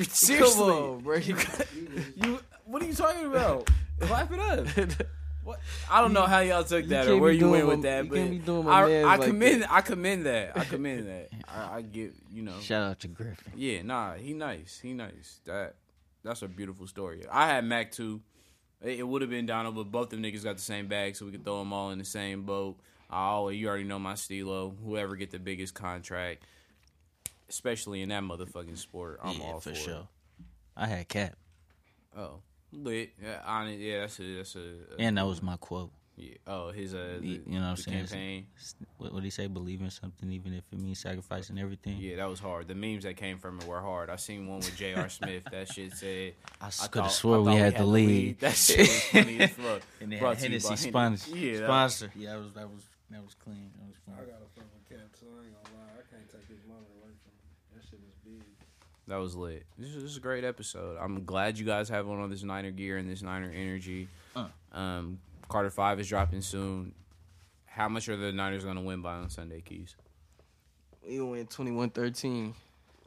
seriously,
[LAUGHS] Come on, bro.
you, what are you talking about? Clap it up.
[LAUGHS]
What? I don't know how y'all took
You
that or
can't
where
be
you went
doing
with
my-
that,
you
but
can't be doing my
I,
mans
I
like
commend, I commend that, I commend
[LAUGHS]
that. I, I get, you know,
Shout out to Griffin.
Yeah, nah, he nice. He nice. That that's a beautiful story. I had Mac too. It, it would have been Donald, but both them niggas got the same bag, so we could throw them all in the same boat. I always, you already know my stilo. Whoever get the biggest contract, especially in that motherfucking sport, I'm
yeah,
all
for,
for, it.
sure. I had Cap,
Oh, lit. Yeah, on it. Yeah, that's a that's a.
and that was my quote.
yeah. Oh, his uh, the,
You know what I'm
the
saying?
campaign.
What would he say? Believe in something, even if it means sacrificing everything.
Yeah, that was hard. The memes that came from it were hard. I seen one with
[LAUGHS]
J.R. Smith. That shit said,
I
I
could
thought-
have
I
swore we
thought
had the
[LAUGHS]
lead.
That shit was funny
[LAUGHS]
as fuck.
And they
Brought
had
to you
Hennessy
by
sponsor.
Hennessy. Yeah, that-
sponsor. Yeah, that was that was that was clean. That was
I
fun.
got a fucking cap, so I ain't gonna lie. I can't take his money away from him. That shit is big.
That was lit. This is, this is a great episode. I'm glad you guys have on all this Niner gear and this Niner energy.
Uh.
Um, Carter Five is dropping soon. How much are the Niners going to win by on Sunday, Keys?
We win 21 13.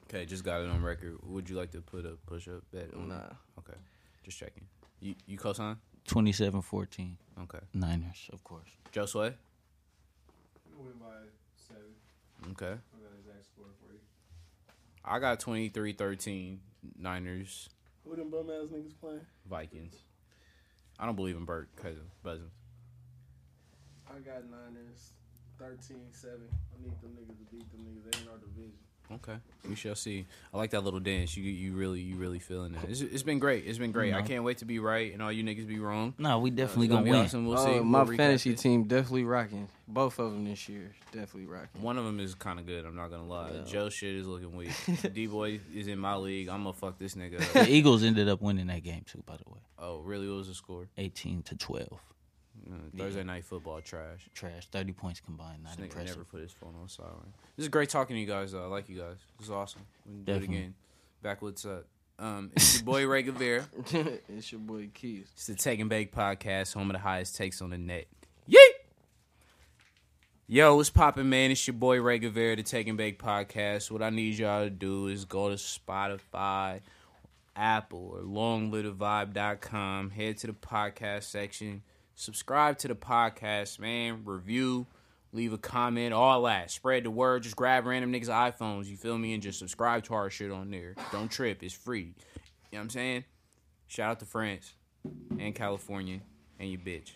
Okay, just got it on record. Would you like to put a push up bet on
Nah.
that? Okay, just checking. You you co-sign?
27-14.
Okay,
Niners, of course.
Joe Sway.
I'm gonna win by seven.
Okay,
I got his exact score for you.
I got 23-13 Niners
Who them bum ass niggas playing?
Vikings. I don't believe in Burke Cousins. Cousins.
I got Niners 13 7. I need them niggas to beat them niggas. They in our division.
Okay, we shall see. I like that little dance. You you really you really feeling that? It's, it's been great. It's been great. I
Mm-hmm.
No.
can't wait to be right and all you niggas be wrong.
No, we definitely
It's
gonna,
be
win.
awesome. We'll see.
Oh,
We'll
my
recap
fantasy
it.
team definitely rocking. Both of them this year. Definitely rocking. [LAUGHS]
One of them is kind of good. I'm not gonna lie.
Yeah.
Joe shit is looking
[LAUGHS]
weak. D boy is in my league. I'm gonna fuck this nigga. up.
[LAUGHS]
The Eagles ended up winning that game too, by the way,
oh really? What was the score?
eighteen to twelve.
Uh, Thursday night football trash.
Trash, thirty points combined, not
This nigga
impressive.
never put his phone on silent. This is great talking to you guys. Though. I like you guys. This is awesome. We can do it
Definitely.
again. Backwoods up. Um, it's your boy Ray Guevara.
it's your boy Keys.
It's the Take and Bake podcast, home of the highest takes on the net. Yeet! Yo, what's poppin', man? It's your boy Ray Guevara, the Take and Bake podcast. What I need y'all to do is go to Spotify, Apple, or longlittlevibe.com. Head to the podcast section. Subscribe to the podcast, man. Review, leave a comment, all that. Spread the word. Just grab random niggas' iPhones, you feel me? And just subscribe to our shit on there. Don't trip, it's free You know what I'm saying? Shout out to France and California and your bitch.